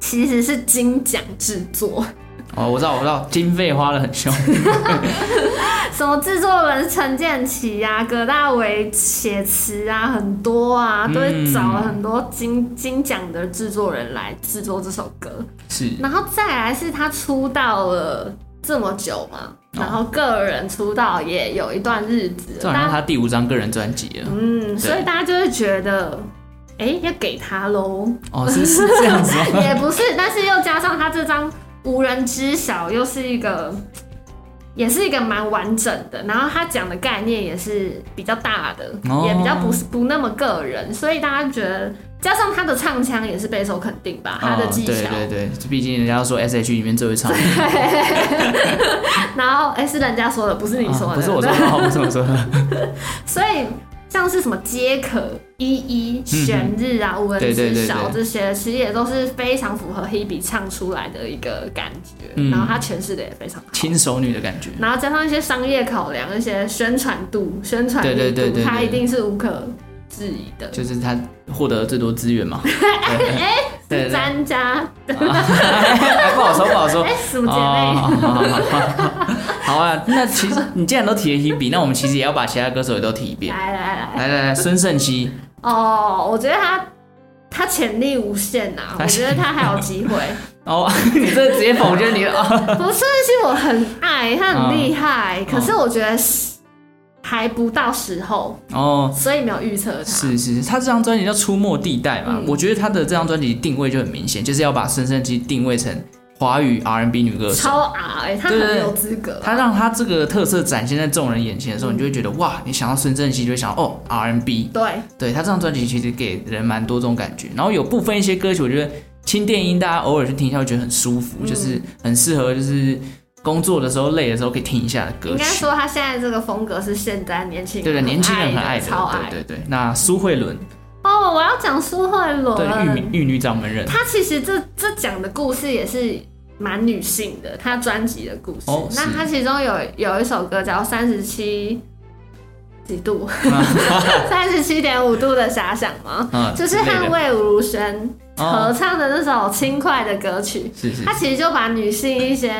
S3: 其实是金奖制作，
S1: 哦，我知道，我知道，经费花的很凶，
S3: 什么制作人陈建奇啊、葛大为写词啊，很多啊，
S1: 嗯
S3: 都会找了很多金金奖的制作人来制作这首歌。
S1: 是
S3: 然后再来是他出道了这么久嘛，
S1: 哦
S3: 然后个人出道也有一段日子了，
S1: 这好像是
S3: 大家
S1: 他第五张个人专辑了。
S3: 嗯，所以大家就会觉得，哎、要给他喽。
S1: 哦，是是这样子 哦。
S3: 也不是，但是又加上他这张无人知晓，又是一个，也是一个蛮完整的。然后他讲的概念也是比较大的，
S1: 哦
S3: 也比较不是不那么个人，所以大家觉得加上他的唱腔也是备受肯定吧，他的
S1: 哦
S3: 技巧。
S1: 对对对，毕竟人家说 S H E 里面最会唱的，
S3: 然后哎、是人家说的，不是你说的，
S1: 啊不是我说
S3: 对
S1: 的，哦不是我说的，
S3: 所以像是什么皆可、依依、玄日啊、无人
S1: 对对
S3: 知
S1: 对
S3: 晓
S1: 对
S3: 这些，其实也都是非常符合 Hebe 唱出来的一个感觉。
S1: 嗯
S3: 然后他诠释的也非常好。
S1: 亲手女的感觉。
S3: 然后加上一些商业考量、一些宣传度、宣传力度，
S1: 对对对对对
S3: 它一定是无可置疑的。
S1: 就是他获得最多资源 嘛。
S3: 哎
S1: 对哦对对
S3: 詹家，
S1: 哎不好说，不好说。
S3: 哎，什么姐
S1: 好
S3: 妹？
S1: 哦好好好好啊，那其实你既然都提了 Hebe，那我们其实也要把其他歌手也都提一遍。
S3: 来来来，
S1: 来来来，孙盛熙，
S3: 哦，我觉得他他潜力无限呐、
S1: 他
S3: 我觉得他还有机 会。
S1: 哦，你这直接否决你了啊！
S3: 不是，是我很爱他，很厉
S1: 哦
S3: 害，可是我觉得是还不到时候，
S1: 哦，
S3: 所以没有预测他。
S1: 是是，是，他这张专辑叫《出没地带》嘛，
S3: 嗯
S1: 我觉得他的这张专辑定位就很明显，就是要把孙盛基定位成华语 R&B 女歌手。
S3: 超 R 哎、他
S1: 对对
S3: 很
S1: 对
S3: 有资格。
S1: 他让他这个特色展现在众人眼前的时候，你就会觉得哇，你想到孙正熙就会想到哦 R&B，
S3: 对，
S1: 对他这张专辑其实给人蛮多这种感觉。然后有部分一些歌曲，我觉得轻电音大家偶尔去听一下，会觉得很舒服，
S3: 嗯
S1: 就是很适合就是工作的时候累的时候可以听一下的歌
S3: 应该
S1: 曲。
S3: 说他现在这个风格是现在年轻
S1: 对对，年轻人很爱
S3: 爱
S1: 的
S3: 的，超，
S1: 对对对。那苏慧伦，
S3: 哦，我要讲苏慧
S1: 对玉女
S3: 伦，
S1: 玉女掌门人，
S3: 她其实这这讲的故事也是蛮女性的，她专辑的故事。
S1: 哦
S3: 那
S1: 是
S3: 她其中有有一首歌叫《三十七几度》， 三十七点五度的遐想吗？
S1: 嗯，
S3: 就是
S1: 之类
S3: 和
S1: 的
S3: 魏如萱合
S1: 哦，
S3: 唱的那首轻快的歌曲，
S1: 是是
S3: 她其实就把女性一些。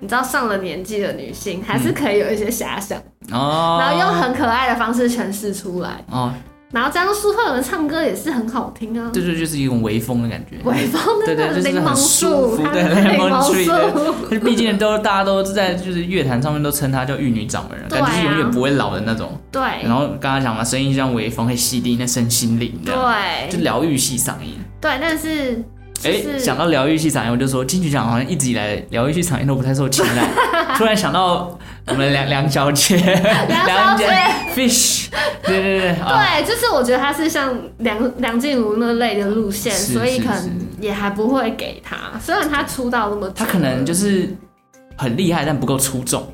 S3: 你知道上了年纪的女性还是可以有一些遐想，
S1: 哦，
S3: 然后用很可爱的方式诠释出来。
S1: 哦，
S3: 然后加上苏慧伦唱歌也是很好听啊，
S1: 这就就是一种微风的感觉。
S3: 微风的
S1: 对对，
S3: 那个
S1: 就是
S3: 柠
S1: 很
S3: 檬
S1: 舒
S3: 树，
S1: 服
S3: 它
S1: 的
S3: 是柠
S1: lemon
S3: 檬
S1: tree
S3: 树，
S1: 的，毕竟都大家都在就是乐坛上面都称她叫玉女掌门人，
S3: 对
S1: 感
S3: 啊哎
S1: 觉是永远不会老的那种。
S3: 对
S1: 然后刚刚讲嘛，声音就像微风，会洗涤那身心灵，这样就
S3: 对
S1: 疗愈系嗓音。
S3: 对，但是就是
S1: 哎，想到疗愈系嗓音，我就说金曲奖好像一直以来疗愈系嗓音都不太受青 睐。突然想到我们梁梁小姐，
S3: 梁小姐
S1: Fish，对对对，啊，
S3: 对，就是我觉得他是像梁梁静茹那类的路线，
S1: 是
S3: 所以
S1: 是
S3: 可
S1: 是
S3: 能也还不会给他。虽然他出道那么久，
S1: 她可能就是很厉害，但不够出众，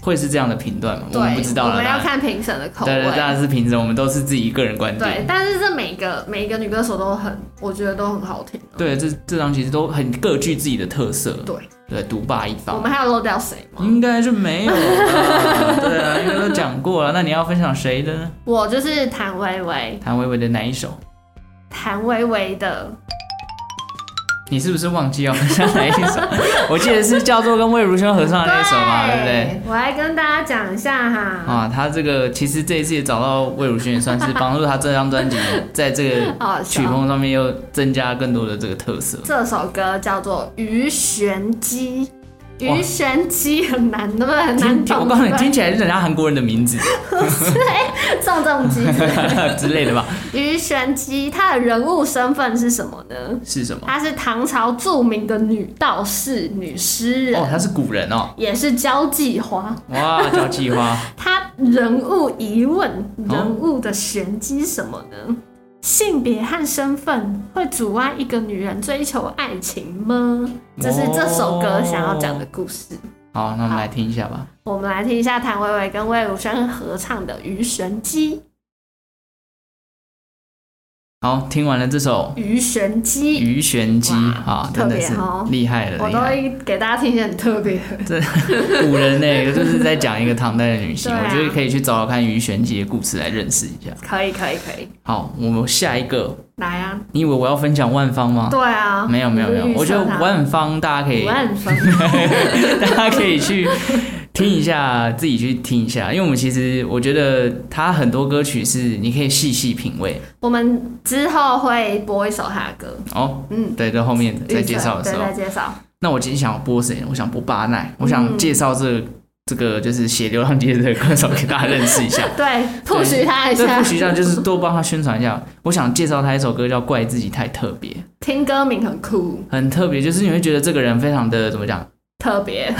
S1: 会是这样的评断吗？我们
S3: 对，
S1: 不知道
S3: 我
S1: 了，
S3: 们
S1: 当
S3: 要
S1: 然
S3: 看评审的口
S1: 对对，当
S3: 味。
S1: 然是平时我们都是自己个人观
S3: 对
S1: 点。，
S3: 但是这每个每一个女歌手都很，我觉得都很好听。哦
S1: 对，这这张其实都很各具自己的特色。
S3: 对，
S1: 对，独霸一
S3: 我
S1: 方
S3: 们。还有漏掉谁吗？
S1: 应该是没有 了，对啊，应该都讲过了。那你要分享谁的呢？
S3: 我就是谭维维，
S1: 谭维维的哪一首？
S3: 谭维维的
S1: 你是不是忘记要分享哪一首？ 我记得是叫做跟魏如萱合唱的那一首嘛，对不对？
S3: 我来跟大家讲一下哈。
S1: 啊，他这个其实这一次也找到魏如萱，也算是 帮助他这张专辑在这个
S3: 好好笑
S1: 曲风上面又增加更多的这个特 色。
S3: 这首歌叫做《鱼玄机》，
S1: 哇
S3: 鱼玄机很难，对不对？很难
S1: 听，听
S3: 懂。
S1: 我告诉你，
S3: 对不对
S1: 听起来是人家韩国人的名字
S3: 重重击。
S1: 之类的吧？
S3: 鱼玄机，她的人物身份是什么呢？
S1: 是什么？
S3: 她是唐朝著名的女道士、女诗人，
S1: 哦，他是古人哦，
S3: 也是交际花。
S1: 哇，交际 花，
S3: 她人物疑问，人物的玄机是什么呢？性别和身份会阻碍一个女人追求爱情吗？这是这首歌想要讲的故事。
S1: 好，那我们来听一下吧。
S3: 我们来听一下谭维维跟魏如萱合唱的《鱼玄机》。
S1: 好，听完了这首
S3: 鱼玄
S1: 《
S3: 机，
S1: 鱼玄机》
S3: 哇
S1: 啊，真的是
S3: 特别哦
S1: 厉害了，
S3: 我
S1: 厉
S3: 都
S1: 害！
S3: 会给大家听一些很特别的。
S1: 这古人呢，就是在讲一个唐代的女性，
S3: 对啊
S1: 我觉得可以去找找看鱼玄机的故事来认识一下。
S3: 可以，可以，可以，
S1: 好，我们下一个，
S3: 来啊！
S1: 你以为我要分享万芳吗？
S3: 对啊，
S1: 没有没有没有，我觉得
S3: 万
S1: 万芳大家可以
S3: 啊万分
S1: 大家可以去听一下，自己去听一下，因为我们其实我觉得他很多歌曲是你可以细细品味
S3: 我们之后会播一首他的歌，
S1: 哦。
S3: 嗯，
S1: 对，在后面再介绍的时
S3: 对，嗯
S1: 候
S3: 再，介绍。
S1: 那我今天想要播谁呢？我想播巴奈，我想介绍这个这个就是写流浪街的这个歌手给大家认识一 下。
S3: 对，不许他一
S1: 这
S3: 下，
S1: 不许让就是多帮他宣传一下。我想介绍他一首歌叫《怪自己太特别》，
S3: 听歌名很酷，
S1: 很特别，就是你会觉得这个人非常的怎么讲，
S3: 特别。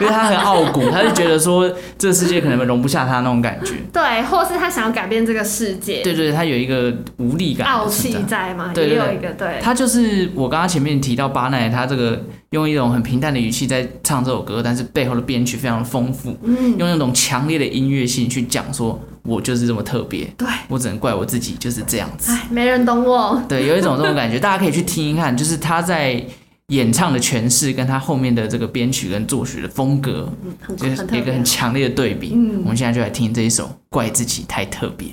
S1: 因为他很傲 骨，他就觉得说这个世界可能容不下他那种感觉。
S3: 对，或是他想要改变这个世界，
S1: 对对，他有一个无力感，
S3: 傲气。在嘛，
S1: 对
S3: 也
S1: 对
S3: 有
S1: 对
S3: 一个对，
S1: 他就是我刚刚前面提到巴奈，他这个用一种很平淡的语气在唱这首歌，但是背后的编曲非常丰富，
S3: 嗯，
S1: 用那种强烈的音乐性去讲说，我就是这么特别，
S3: 对，
S1: 我只能怪我自己就是这样子。
S3: 哎，没人懂我，
S1: 对，有一种这种感觉，大家可以去听一看，就是他在演唱的诠释跟他后面的这个编曲跟作曲的风格，
S3: 嗯，很
S1: 就是
S3: 很特
S1: 有一个
S3: 别
S1: 很。强烈的对比。
S3: 嗯
S1: 我们现在就来听这一首《怪自己太特别》。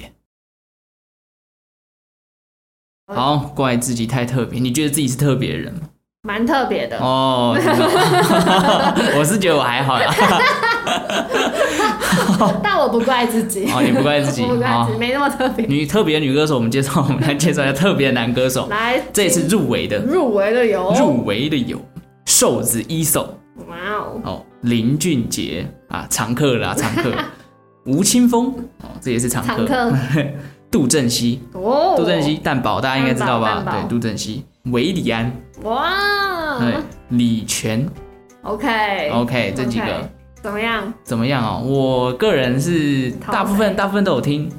S1: 好，怪自己太特别。你觉得自己是特别的 人吗？
S3: 蛮特别的。
S1: 哦 哦，真的哦我是觉得我还好啦。
S3: 但我不怪自己，
S1: 哦，也不怪自己
S3: 我不怪
S1: 啊
S3: 自己，。没那么特别。
S1: 女特别女歌手，我们介绍，我们来介绍一下特别男歌手，
S3: 来，
S1: 嗯这也是入围的，
S3: 入围的有，
S1: 入围的有瘦子 ESO，
S3: 哇哦，
S1: 哦，林俊杰啊，常客啦，常 客，吴青峰哦，这也是常
S3: 常
S1: 客，
S3: 客
S1: 杜振熙，
S3: 哦，
S1: 杜振熙，蛋宝大家应该知道吧
S3: 蛋？堡蛋堡
S1: 对，杜振熙，韦礼安，对
S3: 哇，
S1: 李泉
S3: 哦哎，OK，
S1: ，OK，这几
S3: OK
S1: 个
S3: 怎么样？
S1: 怎么样哦？我个人是
S3: 陶
S1: 大部
S3: 喆
S1: 分大部分都有听，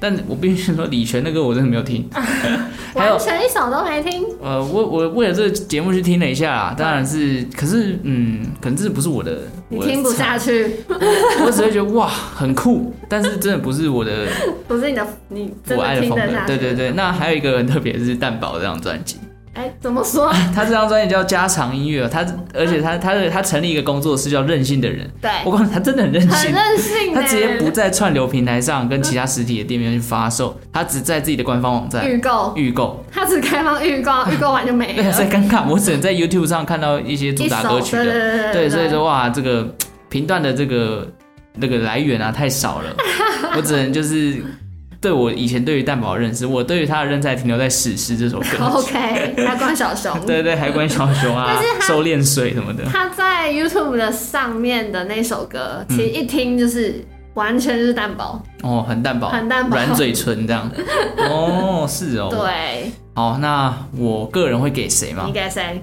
S1: 但我必须说李泉的歌我真的没有 听， 还有
S3: 完全一首都没听，
S1: 呃，我我为了这个节目去听了一下
S3: 嗯
S1: 啦，当然是，可是嗯，可能这不是我的，
S3: 你
S1: 我的
S3: 听不
S1: 菜
S3: 下去，
S1: 我只会觉得哇很酷，但是真的不是我的
S3: 不是你的，你 真
S1: 我
S3: 的
S1: 爱的
S3: 听
S1: 风
S3: 得
S1: 格
S3: 下，去？
S1: 对对对。那还有一个很特别的是蛋堡这张专辑，
S3: 哎，怎么 说？
S1: 他这张专辑叫家常音乐哦，他而且他他的他成立一个工作室叫任性的人，
S3: 对，
S1: 我告诉你，他真的很任
S3: 哎很
S1: 性，
S3: 任性呢，
S1: 他直接不在串流平台上跟其他实体的店面去发售，他只在自己的官方网站
S3: 预购，哎
S1: 预购。
S3: 他只开放预 购，预购完就没
S1: 对啊，
S3: 了，
S1: 在尴尬，我只能在 YouTube 上看到一些主
S3: 一
S1: 打
S3: 首，
S1: 歌曲
S3: 对对
S1: 的，
S3: 对
S1: 对，所以说哇，这个频段的这个那个来源啊太少 了，我只能就是对我以前对于蛋堡的认识，我对于他的认识还停留在《史诗》这首歌。
S3: OK，他关小熊
S1: 。对对，海关小熊啊
S3: 但是，他
S1: 收敛水什么的，
S3: 他在 YouTube 的上面的那首歌，其实一听就是完全就是蛋堡，
S1: 哦，很蛋堡，
S3: 很蛋堡
S1: 软嘴唇这 样。哦，是哦。。
S3: 对，
S1: 好，那我个人会给谁吗
S3: 你？给谁？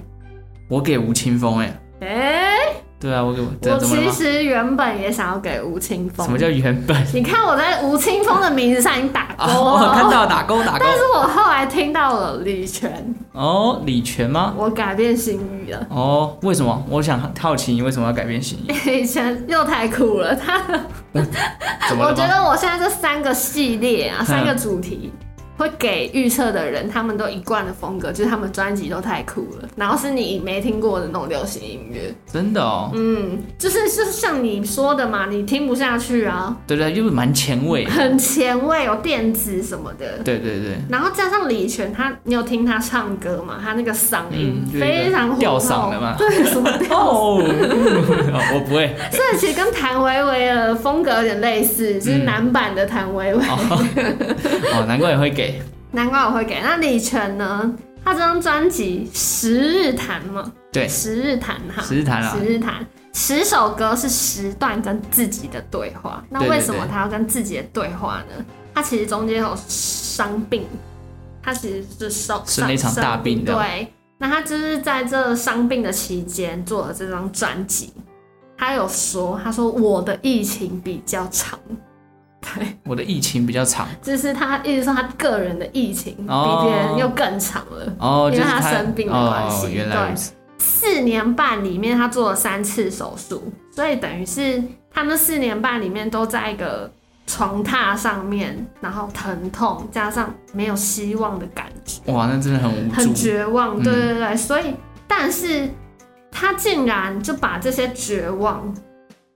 S1: 我给吴青峰哎。
S3: 哎、
S1: 对啊，我给
S3: 我
S1: 怎怎么了
S3: 其
S1: 吗？
S3: 实原本也想要给吴青
S1: 什么
S3: 峰，
S1: 叫原 本？
S3: 你看我在吴青峰的名字上已经打勾
S1: 啊， 我
S3: 了，
S1: 看到打勾打勾
S3: 但。是我后来听到了李泉，
S1: 哦，李泉吗？
S3: 我改变心意了。
S1: 哦，为什么？我想好奇你为什么要改变心 意？
S3: 李泉又太酷了，他
S1: 怎么
S3: 我
S1: 了
S3: 觉
S1: 吗？
S3: 得我现在这三个系列啊，三个主题。会给预测的人，他们都一贯的风格，就是他们专辑都太酷了，然后是你没听过的那种流行音乐，
S1: 真的哦，
S3: 嗯，就是就是像你说的嘛，你听不下去啊，
S1: 对对，又蛮前卫。
S3: 很前卫，有电子什么的，
S1: 对对对，
S3: 然后加上李泉，他你有听他唱歌吗？他那个嗓音、
S1: 嗯，
S3: 非常浑厚
S1: 吊嗓的 嘛。
S3: 嗯对，什么调
S1: 哦， 我不会。
S3: 所以其实跟谭维维的风格有点类似，就是男版的谭维维。
S1: 哦， 哦，难怪你会给。
S3: 难怪我会给。那李泉呢？他这张专辑《十日谈》嘛，
S1: 对
S3: 《十日谈》哈，
S1: 十日谈啊
S3: 十日谈》十首歌是十段跟自己的对话。那
S1: 对对
S3: 为什么他要跟自己的对话呢？他其实中间有伤病，他其实是受
S1: 生了一场
S3: 伤
S1: 大病这样
S3: 对，那他就是在这伤病的期间做了这张专辑。他有说，他说我的疫情比较长，对，
S1: 我的疫情比较长
S3: 就是他一直说他个人的疫情
S1: 哦
S3: 比别人又更长了。
S1: 哦，
S3: 因
S1: 就
S3: 为
S1: 是
S3: 他生病的关系
S1: 哦，原来如此，
S3: 四年半里面，他做了三次手术，所以等于是他那四年半里面都在一个床榻上面，然后疼痛加上没有希望的感觉，
S1: 哇，那真的很无
S3: 很
S1: 助。
S3: 绝望。
S1: 嗯
S3: 对对对，所以但是他竟然就把这些绝望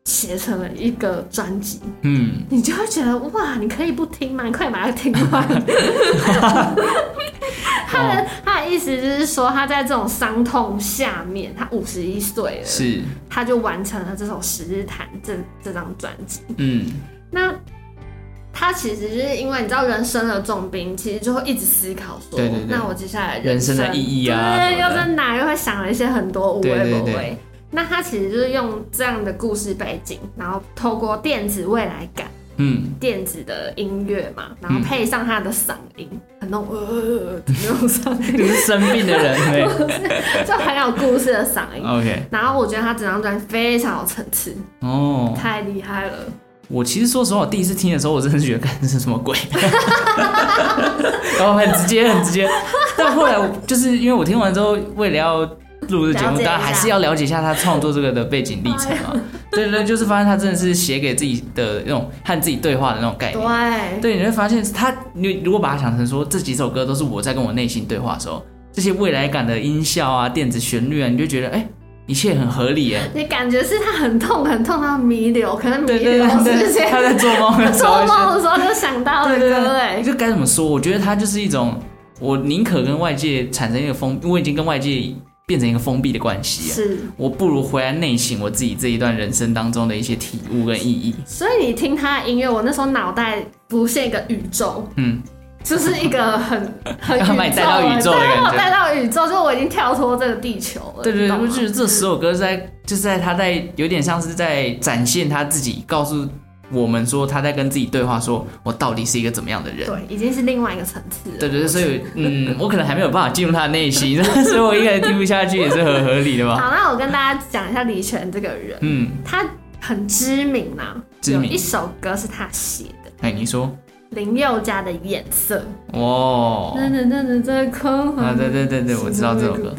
S3: 写成了一个专辑，
S1: 嗯，
S3: 你就会觉得哇，你可以不听吗？你快把它听 完。他的
S1: 哦
S3: 他的意思就是说，他在这种伤痛下面，他五十一岁了，
S1: 是，
S3: 他就完成了这首《十日谈》这这张专辑。
S1: 嗯，
S3: 那他其实就是因为你知道人生了重病，其实就会一直思考说，
S1: 对对对
S3: 那我接下来
S1: 人生的意义啊
S3: 对，
S1: 什么
S3: 又
S1: 的
S3: 在哪？又会想了一些很多无微
S1: 对对
S3: 不
S1: 对
S3: 微。那他其实就是用这样的故事背景，然后透过电子未来感。
S1: 嗯，
S3: 电子的音乐嘛，然后配上他的嗓音，很那种呃 呃呃的那种嗓
S1: 你
S3: 音，
S1: 是生病的 人对
S3: 就很有故事的嗓音。
S1: ，OK，
S3: 然后我觉得他整张专辑非常有层次，
S1: 哦，
S3: 太厉害了。
S1: 我其实说实话，我第一次听的时候，我真的觉得，看这是什么鬼， 然后很直接，很直接。但后来我就是因为我听完之后，为了要录这节
S3: 了
S1: 目，
S3: 解一下
S1: 大家还是要了解一下他创作这个的背景历程啊。对对，就是发现他真的是写给自己的那种和自己对话的那种概念。
S3: 对，
S1: 对，你会发现他，你如果把它想成说这几首歌都是我在跟我内心对话的时候，这些未来感的音效啊、电子旋律啊，你就觉得哎、一切很合理哎。
S3: 你感觉是他很痛很痛，他弥留，可能弥
S1: 对对
S3: 留
S1: 对
S3: 是
S1: 对， 他在
S3: 些
S1: 做梦的时候
S3: 做
S1: 会想，
S3: 梦的时候就想到的
S1: 对对
S3: 歌
S1: 对，
S3: 哎。
S1: 就该怎么说？我觉得它就是一种，我宁可跟外界产生一个封，我已经跟外界变成一个封闭的关系、啊。
S3: 是，
S1: 我不如回来内省我自己这一段人生当中的一些体悟跟意义。
S3: 所以你听他的音乐，我那时候脑袋浮现一个宇宙，
S1: 嗯，
S3: 就是一 个很很宇
S1: 要
S3: 宙
S1: 把你带到宇宙的
S3: 对，
S1: 感觉
S3: 让我带到宇宙，就是我已经跳脱这个地球了。
S1: 对对
S3: 你
S1: 对，
S3: 懂
S1: 我
S3: 吗
S1: 就觉得这十首歌是在就是在他在有点像是在展现他自己，告诉我们说他在跟自己对话，说我到底是一个怎么样的人。
S3: 对，已经是另外一个层次了。
S1: 对对对，所以嗯，我可能还没有办法进入他的内心， 所以我一个人听不下去也是很合理的吧。
S3: 好，那我跟大家讲一下李泉这个人，
S1: 嗯，
S3: 他很知名呐、
S1: 知
S3: 有
S1: 名
S3: 一首歌是他写的，
S1: 哎，你说
S3: 林宥嘉的《眼色》。
S1: 哦，
S3: 噔噔噔噔，在空
S1: 啊，对对对对，我知道这首歌，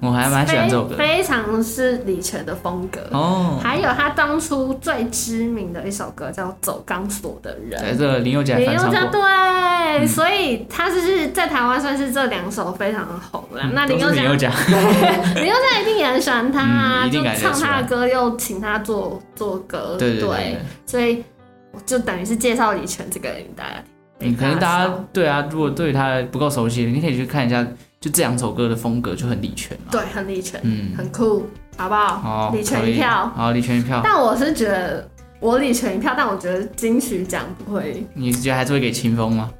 S1: 我还蛮喜欢这首 歌的
S3: 非非常是李泉的风格。
S1: 哦。
S3: 还有他当初最知名的一首歌叫《走钢索的人》，
S1: 对，这个林宥嘉也
S3: 林
S1: 翻
S3: 宥嘉
S1: 唱过，嗯
S3: 对，所以他就是在台湾算是这两首非常红了。啊那林
S1: 嗯都
S3: 宥
S1: 是林，宥
S3: 嘉
S1: 嘉，
S3: 林宥嘉一定也很喜欢他啊，
S1: 嗯一定
S3: 就
S1: 感觉
S3: 唱
S1: 出来
S3: 他的歌又请他做做歌，
S1: 对对对对。
S3: 所以我就等于是介绍李泉这个人给大家听。
S1: 嗯，可能大
S3: 给
S1: 家对啊，如果对他不够熟悉，你可以去看一下，就这两首歌的风格就很李泉嘛。
S3: 对很李泉，
S1: 嗯，
S3: 很酷，好不
S1: 好
S3: 好？，李
S1: 可
S3: 泉
S1: 以
S3: 一票。
S1: 好，李泉一票。
S3: 但我是觉得我李泉一票，但我觉得金曲奖不会。
S1: 你觉得还是会给清风吗？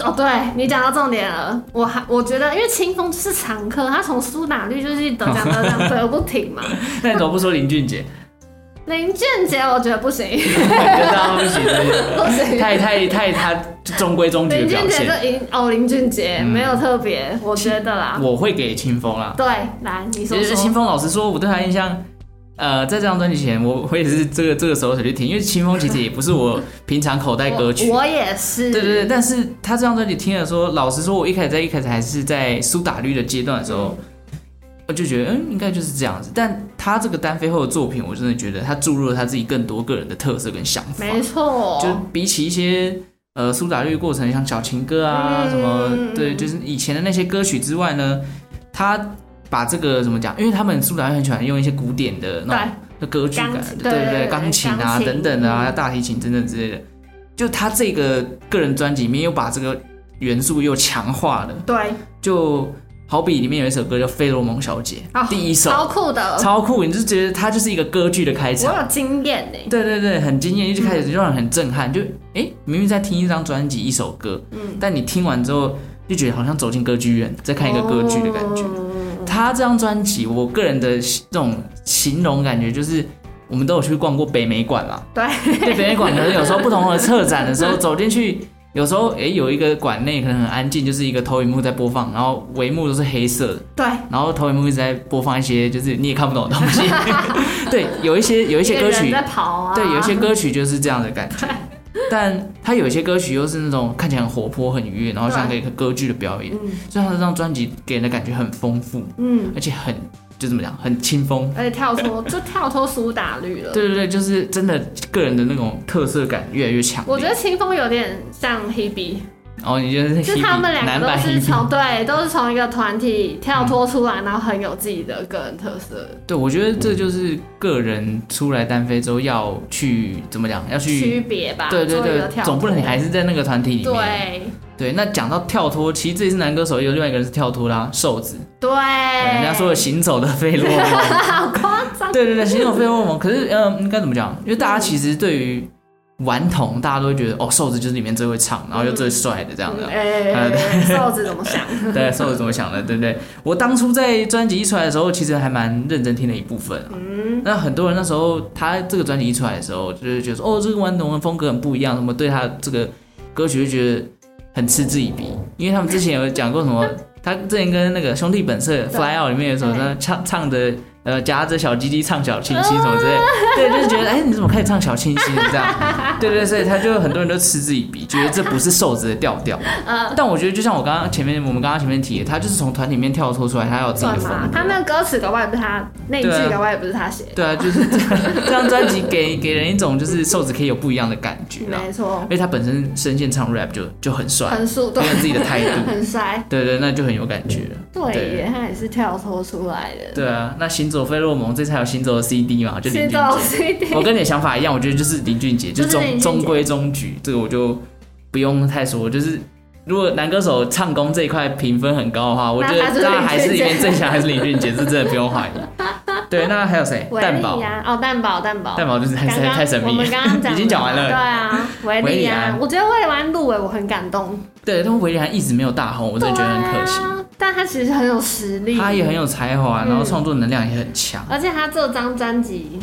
S3: 哦，对你讲到重点了，我还我觉得，因为清风就是常客，他从苏打绿就是得奖 得奖得不停嘛。
S1: 那你怎么不说林俊杰？
S3: 林俊杰我觉得不行，
S1: 你就知道他不行，对
S3: 不
S1: 不对
S3: 行。
S1: 太太太他中规中矩的
S3: 林
S1: 表
S3: 俊杰
S1: 现。嗯
S3: 就赢哦，林俊杰、没有特别，我觉得啦。
S1: 我会给清风啦。
S3: 对，来你说
S1: 其实清
S3: 说。
S1: 风老实说，我对他印象，呃，在这张专辑前，我我也是这个这个时候才去听，因为清风其实也不是我平常口袋歌曲。
S3: 我我也是，
S1: 对对对，但是他这张专辑听了说，老实说，我一开始在一开始还是在苏打绿的阶段的时候，我就觉得嗯，应该就是这样子。但他这个单飞后的作品，我真的觉得他注入了他自己更多个人的特色跟想法，
S3: 没错，
S1: 就比起一些。呃，苏打绿的过程像小情歌啊，
S3: 嗯
S1: 什么对，就是以前的那些歌曲之外呢，他把这个怎么讲？因为他们苏打绿很喜欢用一些古典的那种的歌剧感
S3: 钢，琴
S1: 对
S3: 对
S1: 对
S3: 对
S1: 对，
S3: 对
S1: 钢琴啊
S3: 钢琴嗯
S1: 等等的啊，大提琴等等之类的。就他这个个人专辑里面又把这个元素又强化了，
S3: 对，
S1: 就好比里面有一首歌叫《费洛蒙小姐》，
S3: 哦
S1: 第一首
S3: 超酷的，
S1: 超酷，你就觉得它就是一个歌剧的开
S3: 我
S1: 场。
S3: 有经验呢。
S1: 对对对，很惊艳，一直开始就让人很震撼，就哎，明明在听一张专辑一首歌，
S3: 嗯，
S1: 但你听完之后就觉得好像走进歌剧院，在看一个歌剧的感觉。
S3: 哦
S1: 他这张专辑，我个人的这种形容感觉就是，我们都有去逛过北美馆 嘛。
S3: 对，
S1: 对，北美馆可能有时候不同的策展的时候走进去，有时候诶有一个馆内可能很安静，就是一个投影幕在播放，然后帷幕都是黑色的，
S3: 对，
S1: 然后投影幕一直在播放一些就是你也看不懂的东 西。对，有一些有一
S3: 一
S1: 些
S3: 个
S1: 歌
S3: 人
S1: 曲
S3: 在，跑啊，
S1: 对，有一些歌曲就是这样的感 觉。但它有一些歌曲又是那种看起来很活泼、很愉悦，然后像一个歌剧的表演，
S3: 嗯
S1: 所以他这张专辑给人的感觉很丰富。
S3: 嗯，
S1: 而且很就怎么讲，很清风。
S3: 而且跳脱就跳脱苏打绿了。
S1: 对对对，就是真的个人的那种特色感越来越强烈。
S3: 我觉得清风有点像 Hebe，
S1: 哦，你觉得
S3: 就是他们
S1: Hebe，
S3: 两
S1: 男
S3: 个都
S1: 版
S3: 是
S1: Hebe 嗯
S3: 从对，都是从一个团体跳脱出来，然后很有自己的个人特色，
S1: 对，我觉得这就是个人出来单飞之后要去怎么讲，要
S3: 区
S1: 去
S3: 别吧。
S1: 对对
S3: 做一
S1: 对
S3: 个跳，脱
S1: 总不能你还是在那个团体里面。
S3: 对
S1: 对，那讲到跳脱，其实这也是男歌手，也有另外一个人是跳脱啦，瘦子，
S3: 对，
S1: 对人
S3: 人
S1: 家说的行走的费洛蒙。
S3: 好夸张，
S1: 对对对，行走费洛蒙。可是，嗯，应该怎么讲？因为大家其实对于顽童，大家都会觉得哦，瘦子就是里面最会唱，然后又最帅的这样的。
S3: 哎，瘦子怎么想？
S1: 对，瘦子怎么想的，对不对？我当初在专辑一出来的时候，其实还蛮认真听的一部分、啊。
S3: 嗯，
S1: 那很多人那时候他这个专辑一出来的时候，就是觉得说，哦，这个顽童的风格很不一样，什么对他这个歌曲就觉得很嗤之以鼻，因为他们之前有讲过什 么，他之前跟那个兄弟本色《Fly Out》里面有什么
S3: 对
S1: 唱唱的。呃，夹着小鸡鸡唱小清新什么之 类的，对，就是觉得哎，你怎么开始唱小清新这样？对对，对所以他就很多人都嗤之以鼻，觉得这不是瘦子的调 调。
S3: 嗯
S1: 但我觉得就像我刚刚前面我们刚刚前面提的，他就是从团体里面跳脱出来，他要有自己的
S3: 算
S1: 风
S3: 吧
S1: 格。，
S3: 他那个歌词搞不好也不是他，那一句
S1: 对啊
S3: 搞不好也不是他写的，
S1: 对啊，就是 这这张专辑给给人一种就是瘦子可以有不一样的感觉啦，
S3: 没错
S1: 因，为他本身声线唱 rap 就就很帅，
S3: 很速度
S1: 很，有自己的态 度，
S3: 很帅，
S1: 对对，那就很有感觉
S3: 嗯
S1: 了。
S3: 对
S1: 对
S3: 耶，他也是跳脱出来的，
S1: 对啊，那行走费洛蒙这才有行走的 CD 嘛，就林俊
S3: 到
S1: 杰。
S3: C
S1: 我
S3: D，
S1: 跟你的想法一样，我觉得就是林俊杰，就
S3: 就是
S1: 中
S3: 林俊杰
S1: 中规中矩，这个我就不用太说，就是如果男歌手唱功这一块评分很高的话，我觉得
S3: 那他是
S1: 当然还是
S3: 林
S1: 里
S3: 俊杰
S1: 面最强还是林俊杰，这真的不用怀疑。对，那还有谁？
S3: 维
S1: 蛋堡
S3: 利，啊，哦，蛋堡，蛋堡，
S1: 蛋堡就是太
S3: 刚
S1: 太
S3: 刚
S1: 太神
S3: 我
S1: 秘
S3: 们刚刚
S1: 了，
S3: 讲
S1: 已经讲完
S3: 对
S1: 了。
S3: 啊，维
S1: 维
S3: 利
S1: 利
S3: 啊
S1: 安，
S3: 我觉得魏完入围我很感动，
S1: 对，但维里安一直没有大红，我真的觉得很可惜。
S3: 对啊但他其实很有实力，
S1: 他也很有才华，
S3: 啊嗯
S1: 然后创作能量也很强。
S3: 而且他这张专辑，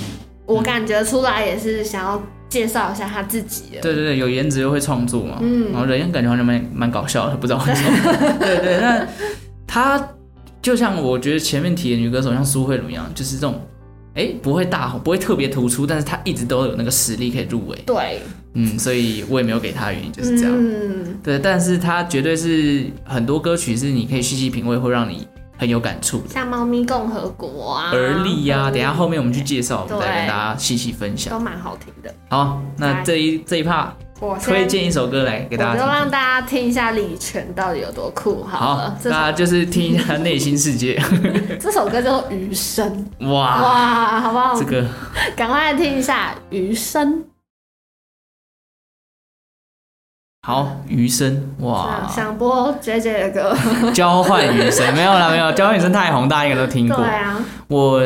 S3: 我感觉出来也是想要介绍一下他自己的。
S1: 对对对，有颜值又会创作嘛，
S3: 嗯
S1: 然后人感觉好像蛮蛮搞笑的，不知道为什 么。对对，那他就像我觉得前面提的女歌手像苏慧伦一样，就是这种，哎，不会大红，不会特别突出，但是她一直都有那个实力可以入围。
S3: 对，
S1: 嗯，所以我也没有给她的原因就是这样。
S3: 嗯，
S1: 对，但是她绝对是很多歌曲是你可以细细品味，会让你很有感触的。
S3: 像《猫咪共和国》啊，
S1: 而立呀、
S3: 嗯
S1: 等一下后面我们去介绍，我
S3: 对
S1: 们再跟大家细细分享。
S3: 都蛮好听的。
S1: 好，那
S3: 来
S1: 这一这一趴
S3: 我先
S1: 推，荐一首歌来给
S3: 我
S1: 大家听
S3: 就
S1: 听。
S3: 让大家听一下李泉到底有多酷好
S1: 好
S3: 了。，这
S1: 大家就是听一下内心世 界，
S3: 这首歌叫做《余生》，
S1: 哇，
S3: 哇，好不好
S1: 啊这？个
S3: 赶快来听一下《余生》，
S1: 好余生哇
S3: 啊，想播 J J 的歌，
S1: 交换余生没有啦，没有交换余生太红，大家应该都听
S3: 对
S1: 过。
S3: 啊，
S1: 我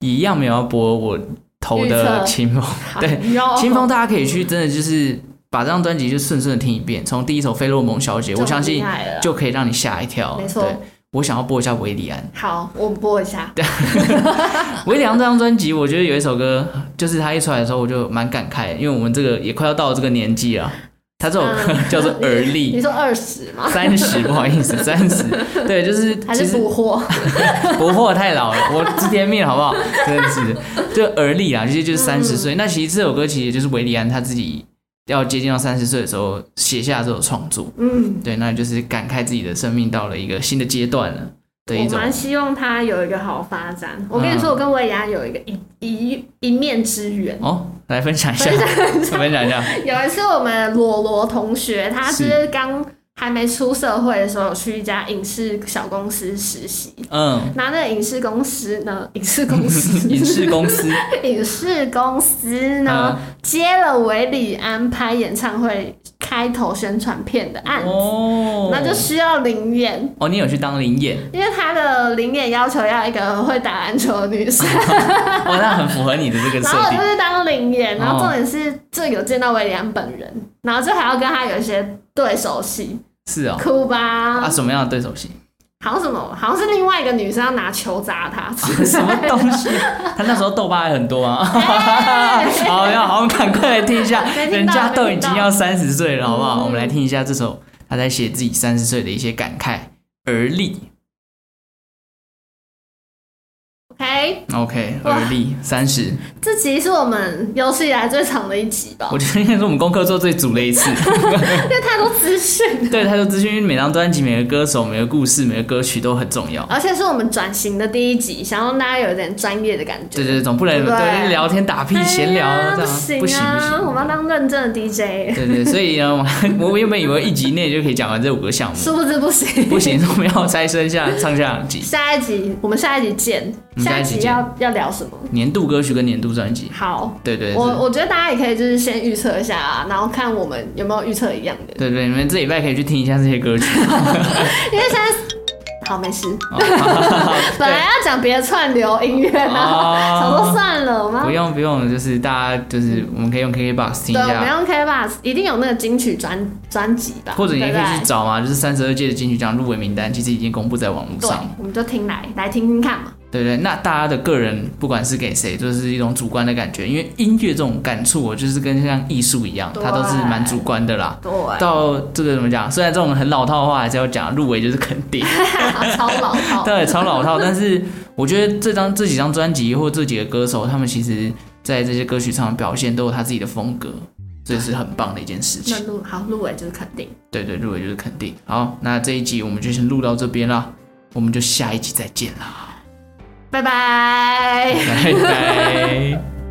S1: 一样没有要播我投的
S3: 预测哦
S1: 清风，对，
S3: 有
S1: 清风大家可以去真的就是把这张专辑就顺顺的听一遍，从第一首《费洛蒙小姐》，
S3: 就
S1: 我相
S3: 很厉
S1: 信
S3: 害了
S1: 就可以让你吓一跳。
S3: 没错
S1: 对，我想要播一下维里安。
S3: 好，我播一下，
S1: 维里安这张专辑，我觉得有一首歌，就是他一出来的时候，我就蛮感慨的，因为我们这个也快要到了这个年纪了。他这首歌 叫做《而
S3: 你
S1: 立
S3: 说二十 吗》，？
S1: 三十，不好意思，三十，对，就是
S3: 还
S1: 其
S3: 是
S1: 实
S3: 捕获？
S1: 不惑太老了，我知天命好不好？真的是，就而立啊，其实就是三十岁。那其实这首歌其实也就是维里安他自己要接近到三十岁的时候写下这首创作，
S3: 嗯。
S1: 对，那就是感慨自己的生命到了一个新的阶段了的一
S3: 我
S1: 种。嗯
S3: 蛮希望他有一个好发展。我跟你说，我跟维亚有一个一一一面之 缘。
S1: 哦，来分享一下， 分享一下，
S3: 有一次，我们罗罗同学，他是刚还没出社会的时候，有去一家影视小公司实习。
S1: 嗯。
S3: 那那个影视公司 呢？影视公司，
S1: 影视公司 啊
S3: 影视公司呢，接了维里安拍演唱会开头宣传片的案子，
S1: 哦，
S3: 嗯那就需要灵眼。
S1: 哦，你有去当灵演，
S3: 因为他的零点要求要一个会打篮球的女生，
S1: 哦，那很符合你的这个
S3: 然后
S1: 设
S3: 我就
S1: 定。
S3: 去当零演，
S1: 哦
S3: 然后重点是这有见到维里安本人，然后就还要跟他有一些对手戏，
S1: 是哦，
S3: 哭吧，
S1: 啊，什么样的对手戏？
S3: 好像什么，好像是另外一个女生要拿球砸 他，
S1: 什么东 西？他那时候痘疤还很多啊。
S3: 哎
S1: 好，要好，我们赶快来听一下，
S3: 没
S1: 人
S3: 听到
S1: 家
S3: 没
S1: 都
S3: 听
S1: 已经
S3: 到
S1: 要三十岁了，好不好？
S3: 嗯
S1: 我们来听一下这首他在写自己三十岁的一些感慨而立。
S3: ，OK，
S1: OK，
S3: 哇
S1: 而立三十，
S3: 这其实是我们有史以来最长的一集吧
S1: 我，觉得应该是我们功课做最足的一 次。
S3: 因为太多资讯，
S1: 对，他说资讯，因为每张专辑、每个歌手、每个故事、每个歌曲都很重要。
S3: 而且是我们转型的第一集，想让大家有一点专业的感觉，
S1: 对对，对总不能
S3: 对不对
S1: 对聊天打屁闲聊
S3: 哎呀
S1: 这样
S3: 不
S1: 不行
S3: 行
S1: 不
S3: 啊，
S1: 行。
S3: 我们要当认真的 DJ，
S1: 对对，所以呢，我还我原本以为一集内就可以讲完这五个项目，
S3: 殊不知不行，
S1: 不行，我们要再生下上下两集
S3: 下一集我们下一集见，
S1: 们下一集
S3: 集
S1: 见
S3: 要要聊什么？
S1: 年度歌曲跟年度专辑。
S3: 好，
S1: 对对
S3: 我
S1: 对，
S3: 我觉得大家也可以就是先预测一下啊，然后看我们有没有预测一样的，
S1: 对对，你们这礼拜可以去听一下这些歌曲。
S3: 因为现在好没 事，
S1: 好好
S3: 本来要讲别的串流音乐啊， 想说
S1: 哦
S3: 算了，我们
S1: 不
S3: 要
S1: 用不用，就是大家就是我们可以用 KKBOX 听一
S3: 嗯对，我们
S1: 下，
S3: 用 K Bus 一定有那个金曲专专辑吧，
S1: 或者你也可以去
S3: 对
S1: 找嘛，就是三十二届的金曲奖入围名单，其实已经公布在网络
S3: 不对，对
S1: 上。，
S3: 我们就听来来听听看嘛，
S1: 对对，那大家的个人不管是给谁，就是一种主观的感觉，因为音乐这种感触，我就是跟像艺术一样，它都是蛮主观的啦。
S3: 对，
S1: 到这个怎么讲？虽然这种很老套的话还是要讲，入围就是肯定，
S3: 超老套，
S1: 对，超老套。但是我觉得这张这几张专辑或这几个歌手，他们其实在这些歌曲上的表现都有他自己的风格，这是很棒的一件事
S3: 那
S1: 情。
S3: 入好入围就是肯定，
S1: 对对，入围就是肯定。好，那这一集我们就先录到这边啦，我们就下一集再见啦，
S3: 拜拜。
S1: 拜拜。